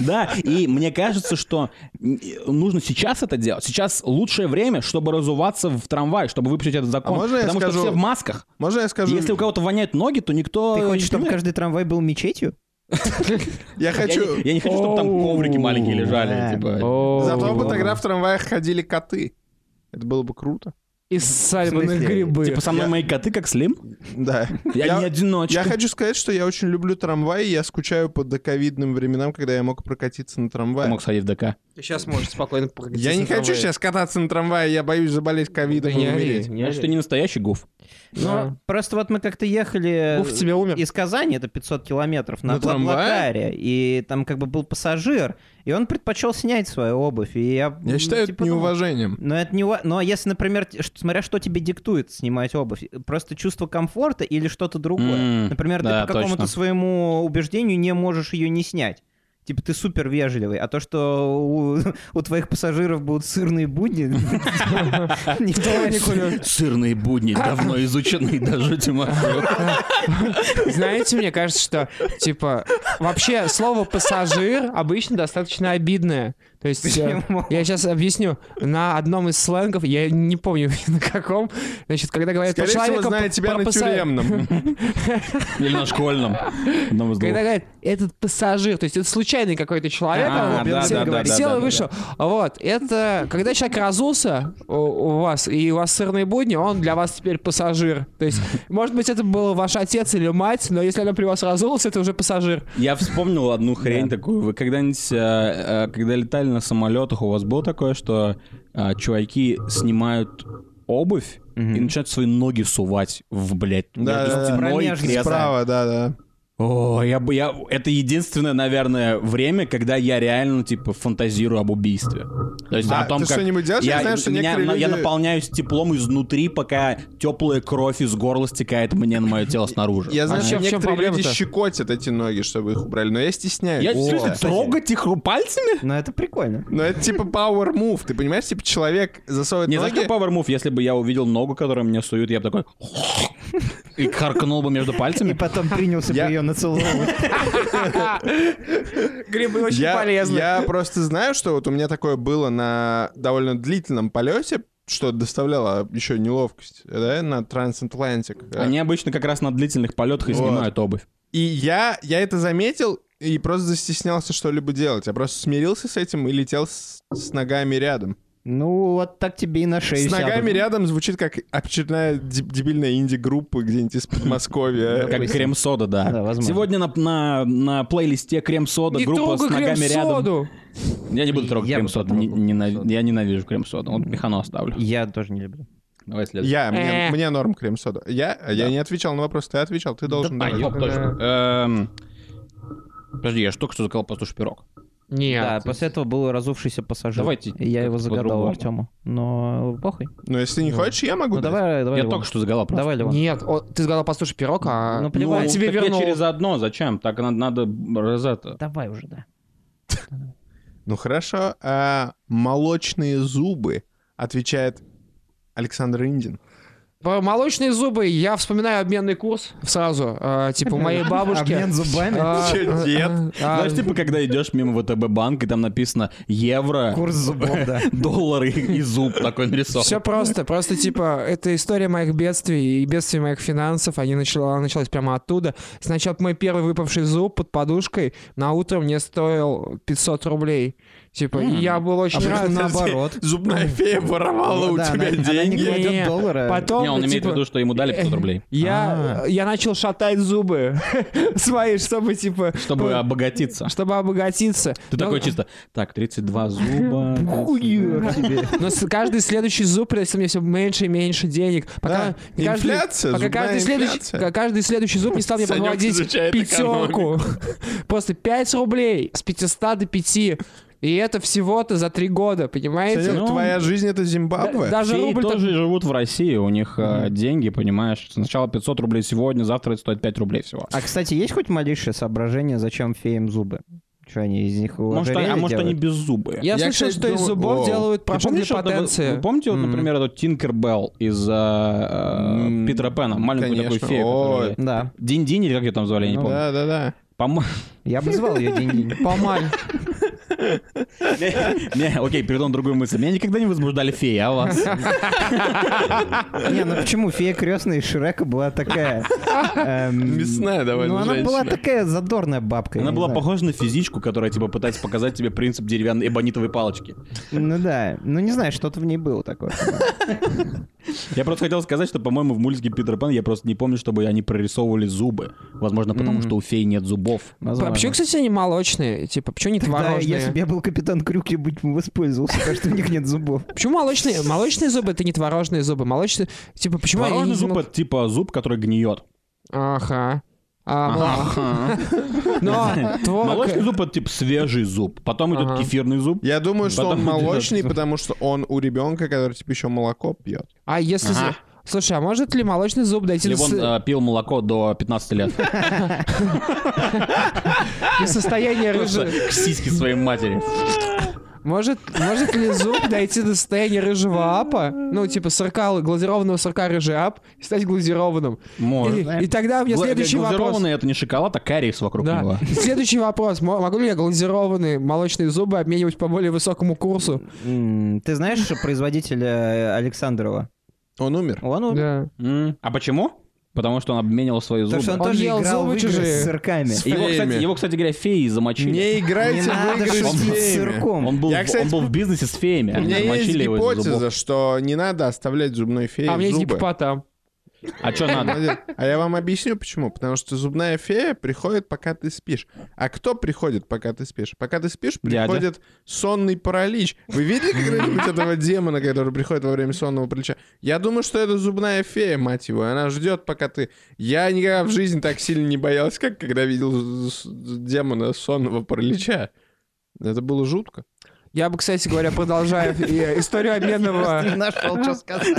[SPEAKER 1] да, и мне кажется, что м, нужно сейчас это делать. Сейчас лучшее время, чтобы разуваться в трамвай, чтобы выпустить этот закон.
[SPEAKER 2] А можно я
[SPEAKER 1] Потому что
[SPEAKER 2] скажу-
[SPEAKER 1] все в масках.
[SPEAKER 2] Можно я скажу?
[SPEAKER 1] Если у кого-то воняют ноги, то никто...
[SPEAKER 3] Ты хочешь,
[SPEAKER 1] не
[SPEAKER 3] чтобы
[SPEAKER 1] понимает.
[SPEAKER 3] каждый трамвай был мечетью?
[SPEAKER 2] Я
[SPEAKER 1] Я
[SPEAKER 2] хочу...
[SPEAKER 1] не, я не хочу, чтобы там
[SPEAKER 5] Оу.
[SPEAKER 1] коврики маленькие
[SPEAKER 3] Да.
[SPEAKER 1] лежали. Типа.
[SPEAKER 5] О.
[SPEAKER 2] Зато бы тогда в трамваях ходили коты. Это было бы круто.
[SPEAKER 5] Из сальмонных
[SPEAKER 3] смысле?
[SPEAKER 5] грибы.
[SPEAKER 1] Типа со мной мои коты как слим.
[SPEAKER 2] Да.
[SPEAKER 1] Я, не одиночка.
[SPEAKER 2] Я хочу сказать, что я очень люблю трамваи, и я скучаю по доковидным временам, когда я мог прокатиться на
[SPEAKER 1] Я
[SPEAKER 2] трамвае.
[SPEAKER 1] мог сходить в ДК.
[SPEAKER 5] Ты сейчас можешь спокойно
[SPEAKER 2] Я не хочу сейчас кататься на трамвае, я боюсь заболеть ковидом и умереть.
[SPEAKER 1] Я что не настоящий гуф.
[SPEAKER 5] Да.
[SPEAKER 3] Ну, просто вот мы как-то ехали...
[SPEAKER 5] Уф, тебе умер.
[SPEAKER 3] из Казани, это 500 километров, на,
[SPEAKER 2] На трамвае?
[SPEAKER 3] Блаблакаре, и там как бы был пассажир, и он предпочел снять свою обувь, и я...
[SPEAKER 2] Я
[SPEAKER 3] м,
[SPEAKER 2] считаю это
[SPEAKER 3] типа, ну,
[SPEAKER 2] неуважением.
[SPEAKER 3] Но это не... ува- Но если, например, т- ш- смотря что тебе диктует снимать обувь, просто чувство комфорта или что-то другое.
[SPEAKER 1] М,
[SPEAKER 3] например,
[SPEAKER 1] да,
[SPEAKER 3] ты по какому-то
[SPEAKER 1] точно.
[SPEAKER 3] своему убеждению не можешь ее не снять. Типа ты супер вежливый, а то, что у, [LAUGHS] у твоих пассажиров будут сырные будни, [LAUGHS] никто не [LAUGHS] курит.
[SPEAKER 1] Сырные будни, давно изученные даже
[SPEAKER 2] [LAUGHS]
[SPEAKER 1] Тимофею.
[SPEAKER 5] Знаете, мне кажется, что, типа, вообще слово «пассажир» обычно достаточно обидное. То
[SPEAKER 3] [LAUGHS]
[SPEAKER 5] есть, э,
[SPEAKER 3] Почему?
[SPEAKER 5] я сейчас объясню. На одном из сленгов, я не помню [LAUGHS] на каком, значит, когда говорят про
[SPEAKER 2] Скорее всего,
[SPEAKER 5] человека...
[SPEAKER 2] знаю тебя
[SPEAKER 5] про
[SPEAKER 2] на
[SPEAKER 5] пасса-
[SPEAKER 2] тюремном.
[SPEAKER 1] Или на школьном. Одном из двух.
[SPEAKER 5] Когда говорят, этот пассажир, то есть это случайный какой-то человек,
[SPEAKER 1] А,
[SPEAKER 5] он
[SPEAKER 1] да,
[SPEAKER 5] сел,
[SPEAKER 1] да,
[SPEAKER 5] говорит,
[SPEAKER 1] да, да,
[SPEAKER 5] сел
[SPEAKER 1] да,
[SPEAKER 5] и
[SPEAKER 1] да.
[SPEAKER 5] вышел. Вот, это, когда человек разулся у, у вас, и у вас сырные будни, он для вас теперь пассажир.
[SPEAKER 1] [LAUGHS]
[SPEAKER 5] То есть, может быть, это был ваш отец или мать, но если она при вас разулась, это уже пассажир.
[SPEAKER 1] Я вспомнил одну хрень такую. Вы когда-нибудь, э, э, когда летали ли на самолетах у вас было такое, что а, чуваки снимают обувь и начинают свои ноги сувать в, блядь,
[SPEAKER 2] Да,
[SPEAKER 1] между
[SPEAKER 2] да, да.
[SPEAKER 1] стеной и
[SPEAKER 3] Промежность
[SPEAKER 1] креслом?
[SPEAKER 2] Справа, да-да.
[SPEAKER 1] О, я бы, я, это единственное, наверное, время, когда я реально, типа, фантазирую об убийстве. То есть
[SPEAKER 2] А
[SPEAKER 1] о том,
[SPEAKER 2] ты
[SPEAKER 1] как
[SPEAKER 2] что-нибудь делаешь? Я
[SPEAKER 1] Я,
[SPEAKER 2] знаю, что
[SPEAKER 1] меня-
[SPEAKER 2] некоторые
[SPEAKER 1] на- я
[SPEAKER 2] люди-
[SPEAKER 1] наполняюсь теплом изнутри, пока теплая кровь из горла стекает мне на мое тело снаружи.
[SPEAKER 2] Я знаю,
[SPEAKER 5] А
[SPEAKER 2] что
[SPEAKER 5] в чем
[SPEAKER 2] некоторые люди
[SPEAKER 5] проблема-то?
[SPEAKER 2] щекотят эти ноги, чтобы их убрали, но я стесняюсь.
[SPEAKER 1] Я, в
[SPEAKER 2] О.
[SPEAKER 1] смысле, трогать их пальцами?
[SPEAKER 3] Но Ну, это прикольно.
[SPEAKER 2] Но это типа power move, ты понимаешь, типа человек засовывает
[SPEAKER 1] Не, знаешь,
[SPEAKER 2] ноги...
[SPEAKER 1] как Power Move, если бы я увидел ногу, которая мне сует, я бы такой... [LAUGHS] И харкнул бы между
[SPEAKER 3] И
[SPEAKER 1] пальцами.
[SPEAKER 2] [LAUGHS]
[SPEAKER 3] потом принялся
[SPEAKER 2] Я-
[SPEAKER 3] бы ее нацеловывать.
[SPEAKER 5] [LAUGHS] Грибы очень
[SPEAKER 2] я,
[SPEAKER 5] полезны.
[SPEAKER 2] я просто знаю, что вот у меня такое было на довольно длительном полете, что доставляло еще неловкость, да, на Transatlantic.
[SPEAKER 5] А
[SPEAKER 1] Они обычно как раз на длительных полетах и
[SPEAKER 2] Вот.
[SPEAKER 1] снимают обувь.
[SPEAKER 2] И я, я это заметил и просто застеснялся что-либо делать. Я просто смирился с этим и летел с, с ногами рядом.
[SPEAKER 3] Ну, вот так тебе и на шею
[SPEAKER 2] С ногами
[SPEAKER 3] сядут.
[SPEAKER 2] рядом звучит как очередная деб- дебильная инди-группа где-нибудь из Подмосковья.
[SPEAKER 1] Как крем-сода, да.
[SPEAKER 3] Да, возможно.
[SPEAKER 1] Сегодня на, на, на плейлисте крем-сода,
[SPEAKER 5] Не
[SPEAKER 1] группа с
[SPEAKER 5] трогай
[SPEAKER 1] ногами рядом.
[SPEAKER 5] крем-соду.
[SPEAKER 1] Я не буду трогать
[SPEAKER 3] Я бы
[SPEAKER 1] крем-соду.
[SPEAKER 3] потрогал
[SPEAKER 1] не- ненав-
[SPEAKER 3] крем-соду.
[SPEAKER 1] Я ненавижу крем-соду. Вот механу оставлю.
[SPEAKER 3] Я тоже не люблю.
[SPEAKER 1] Давай следующий.
[SPEAKER 2] Я, мне,
[SPEAKER 5] Э.
[SPEAKER 2] мне норм крем-сода. Я, я не отвечал на вопрос, ты отвечал, ты должен.
[SPEAKER 1] А,
[SPEAKER 2] давай.
[SPEAKER 1] ёп, точно. Эм, Подожди, я ж только что заказал пастуший пирог.
[SPEAKER 5] Нет.
[SPEAKER 3] Да, после этого был разовшийся пассажир.
[SPEAKER 1] Давайте
[SPEAKER 3] И Я его
[SPEAKER 1] как-то
[SPEAKER 3] загадал
[SPEAKER 1] по-другому.
[SPEAKER 3] Артему. Но похуй.
[SPEAKER 2] Но если не хочешь, я могу.
[SPEAKER 3] Ну
[SPEAKER 2] дать.
[SPEAKER 3] давай, давай.
[SPEAKER 1] Я
[SPEAKER 3] Левон.
[SPEAKER 1] только что загадал просто.
[SPEAKER 3] Давай, Левон.
[SPEAKER 5] Нет, о, ты сказал послушай пирог, а
[SPEAKER 3] Ну, плевать.
[SPEAKER 5] он тебе
[SPEAKER 1] так я
[SPEAKER 5] вернул.
[SPEAKER 1] через одно, зачем? Так надо, надо раз это.
[SPEAKER 3] Давай уже, да.
[SPEAKER 2] Ну хорошо. А, молочные зубы отвечает Александр Индин.
[SPEAKER 5] Про молочные зубы я вспоминаю обменный курс сразу. э, типа у моей бабушки.
[SPEAKER 3] Обмен зубами?
[SPEAKER 5] А,
[SPEAKER 2] Чё, дед?
[SPEAKER 5] а,
[SPEAKER 1] Знаешь, типа, когда идешь мимо ВТБ банка, и там написано евро,
[SPEAKER 3] Курс зубов,
[SPEAKER 1] [LAUGHS]
[SPEAKER 3] да.
[SPEAKER 1] доллары и зуб такой нарисован.
[SPEAKER 5] Все просто, просто типа это история моих бедствий и бедствий моих финансов, они начала, она началась прямо оттуда. Сначала мой первый выпавший зуб под подушкой на утро мне стоил 500 рублей. Типа, и я
[SPEAKER 1] А
[SPEAKER 5] был очень рад.
[SPEAKER 3] наоборот.
[SPEAKER 2] Зубная фея воровала у
[SPEAKER 1] ну,
[SPEAKER 3] Да,
[SPEAKER 2] тебя
[SPEAKER 3] она- она не
[SPEAKER 2] деньги.
[SPEAKER 3] кладет
[SPEAKER 5] Не-не-не.
[SPEAKER 3] доллара.
[SPEAKER 5] Потом,
[SPEAKER 1] Не, он имеет в
[SPEAKER 5] типа,
[SPEAKER 1] виду, что ему дали 500 рублей.
[SPEAKER 2] А.
[SPEAKER 5] Я, я начал шатать зубы [LAUGHS] свои, чтобы типа...
[SPEAKER 1] Чтобы
[SPEAKER 5] ну,
[SPEAKER 1] обогатиться.
[SPEAKER 5] чтобы обогатиться.
[SPEAKER 1] Ты
[SPEAKER 5] Но-
[SPEAKER 1] такой чисто. Так, 32 зуба. 32.
[SPEAKER 3] Хуёр тебе.
[SPEAKER 5] Но с- каждый следующий зуб приносил мне все меньше и меньше денег. Пока
[SPEAKER 2] Да, инфляция,
[SPEAKER 5] пока
[SPEAKER 2] зубная
[SPEAKER 5] каждый, следующий,
[SPEAKER 2] инфляция.
[SPEAKER 5] ка- каждый следующий зуб не стал мне
[SPEAKER 4] Санёк
[SPEAKER 5] подводить
[SPEAKER 4] изучает
[SPEAKER 5] пятерку. [LAUGHS] Просто 5 рублей с 500 до 5. И это всего-то за три года, понимаете?
[SPEAKER 2] Санёк,
[SPEAKER 1] Ну,
[SPEAKER 2] Твоя жизнь это Зимбабве.
[SPEAKER 5] Да- Даже
[SPEAKER 1] Феи
[SPEAKER 5] рубль
[SPEAKER 1] тоже живут в России, у них э, деньги, понимаешь, сначала 500 рублей сегодня, завтра это стоит 5 рублей всего.
[SPEAKER 3] А, кстати, есть хоть малейшее соображение, зачем феям зубы? Что они из них
[SPEAKER 1] может, они, а
[SPEAKER 3] ожерелье
[SPEAKER 1] может, они
[SPEAKER 3] делают?
[SPEAKER 1] беззубые?
[SPEAKER 5] Я,
[SPEAKER 2] Я,
[SPEAKER 5] слышал,
[SPEAKER 2] кстати,
[SPEAKER 5] что из
[SPEAKER 2] думаю-
[SPEAKER 5] зубов
[SPEAKER 2] О.
[SPEAKER 5] делают
[SPEAKER 1] Ты
[SPEAKER 5] порошок для
[SPEAKER 1] вот это-
[SPEAKER 5] потенции.
[SPEAKER 1] вы помните, вот, например, этот Тинкер Белл из э, э,
[SPEAKER 2] М,
[SPEAKER 1] Питера Пэна, маленькую
[SPEAKER 2] конечно.
[SPEAKER 1] такую фею?
[SPEAKER 2] О,
[SPEAKER 1] которая-
[SPEAKER 3] Да,
[SPEAKER 1] Динь-динь или как ее там звали, я
[SPEAKER 3] Ну
[SPEAKER 1] не помню.
[SPEAKER 2] Да, да, да.
[SPEAKER 3] [LAUGHS]
[SPEAKER 1] По-мо-
[SPEAKER 3] я бы звал ее деньги.
[SPEAKER 5] Помаль.
[SPEAKER 1] Не, Окей, передам другую мысль. Меня никогда не возбуждали феи, а вас?
[SPEAKER 3] Не, ну почему фея крестная из Шрека была такая... эм,
[SPEAKER 2] Мясная довольно
[SPEAKER 3] Ну она была
[SPEAKER 2] женщина.
[SPEAKER 3] такая задорная бабка. я
[SPEAKER 1] Она
[SPEAKER 3] не
[SPEAKER 1] была
[SPEAKER 3] знаю.
[SPEAKER 1] похожа на физичку, которая типа пытается показать тебе принцип деревянной эбонитовой палочки.
[SPEAKER 3] Ну да, ну не знаю, что-то в ней было такое.
[SPEAKER 1] Я просто хотел сказать, что, по-моему, в мультике Питер Пэн я просто не помню, чтобы они прорисовывали зубы. Возможно, потому что у фей нет зубов.
[SPEAKER 3] Возможно.
[SPEAKER 5] а Почему, кстати, они молочные? Типа, почему не
[SPEAKER 3] Да,
[SPEAKER 5] творожные?
[SPEAKER 3] если бы я был капитан Крюк, я бы этим воспользовался, потому что у них нет зубов.
[SPEAKER 5] Почему молочные, молочные зубы это не творожные зубы? Молочные, типа, почему они
[SPEAKER 1] Творожный
[SPEAKER 5] не
[SPEAKER 1] зуб
[SPEAKER 5] змок-
[SPEAKER 1] это типа зуб, который гниет.
[SPEAKER 5] Ага. А, м-
[SPEAKER 1] [LAUGHS]
[SPEAKER 5] Но
[SPEAKER 1] Молочный
[SPEAKER 5] творог...
[SPEAKER 1] зуб это типа свежий зуб. Потом идет
[SPEAKER 5] Ага.
[SPEAKER 1] кефирный зуб.
[SPEAKER 2] Я думаю, что
[SPEAKER 1] Потом-
[SPEAKER 2] он молочный, потому что он у ребенка, который типа еще молоко пьет.
[SPEAKER 5] А если...
[SPEAKER 1] Ага.
[SPEAKER 5] Слушай, а может ли молочный зуб дойти до
[SPEAKER 1] Либо он
[SPEAKER 5] со-
[SPEAKER 1] э, пил молоко до 15
[SPEAKER 5] [LAUGHS]
[SPEAKER 1] лет. э,
[SPEAKER 5] до состояния рыжего...
[SPEAKER 1] К сиське своей матери.
[SPEAKER 5] Может, может ли зуб дойти до состояния рыжего апа? Ну, типа сырка, глазированного сырка рыжий ап и стать глазированным.
[SPEAKER 1] Может.
[SPEAKER 5] И, и тогда у меня
[SPEAKER 1] Гла-
[SPEAKER 5] следующий вопрос.
[SPEAKER 1] Глазированный это не шоколад, а кариес вокруг него.
[SPEAKER 5] Да. И Следующий вопрос. Мо- Могу ли я глазированные молочные зубы обменивать по более высокому курсу?
[SPEAKER 3] М, Ты знаешь что производителя э, Александрова?
[SPEAKER 2] Он умер.
[SPEAKER 3] Он
[SPEAKER 1] Ну,
[SPEAKER 3] умер.
[SPEAKER 5] Да.
[SPEAKER 1] М, А почему? Потому что он обменил свои
[SPEAKER 3] Потому что он
[SPEAKER 1] зубы.
[SPEAKER 5] Он
[SPEAKER 3] тоже
[SPEAKER 5] ел
[SPEAKER 3] играл в
[SPEAKER 5] зубы
[SPEAKER 3] игры
[SPEAKER 5] чужие.
[SPEAKER 3] с сырками.
[SPEAKER 2] С
[SPEAKER 1] Его,
[SPEAKER 2] феями.
[SPEAKER 1] кстати, его, кстати говоря, феи замочили.
[SPEAKER 2] Не
[SPEAKER 3] Не
[SPEAKER 2] играйте в
[SPEAKER 3] надо
[SPEAKER 2] игры с
[SPEAKER 3] шутить с
[SPEAKER 2] феями.
[SPEAKER 3] сырком.
[SPEAKER 1] [LAUGHS] Он был,
[SPEAKER 2] Я,
[SPEAKER 1] в-
[SPEAKER 2] кстати,
[SPEAKER 1] он был в бизнесе с феями.
[SPEAKER 2] У
[SPEAKER 1] они
[SPEAKER 2] меня есть
[SPEAKER 1] замочили его из зубов.
[SPEAKER 2] гипотеза, что не надо оставлять зубной феи
[SPEAKER 5] А у меня есть
[SPEAKER 2] зубы.
[SPEAKER 5] гипопотам.
[SPEAKER 1] А что надо?
[SPEAKER 2] Молодец. А я вам объясню почему. Потому что зубная фея приходит, пока ты спишь. А кто приходит, пока ты спишь? Пока ты спишь,
[SPEAKER 1] Дядя.
[SPEAKER 2] приходит сонный паралич. Вы видели когда-нибудь этого демона, который приходит во время сонного паралича? Я думаю, что это зубная фея, мать его. и Она ждет, пока ты... Я никогда в жизни так сильно не боялся, как когда видел с- с- демона сонного паралича. Это было жутко.
[SPEAKER 5] Я бы, кстати говоря, продолжая э, историю
[SPEAKER 3] Просто
[SPEAKER 5] обменного,
[SPEAKER 3] не нашел, что сказать.
[SPEAKER 6] [LAUGHS]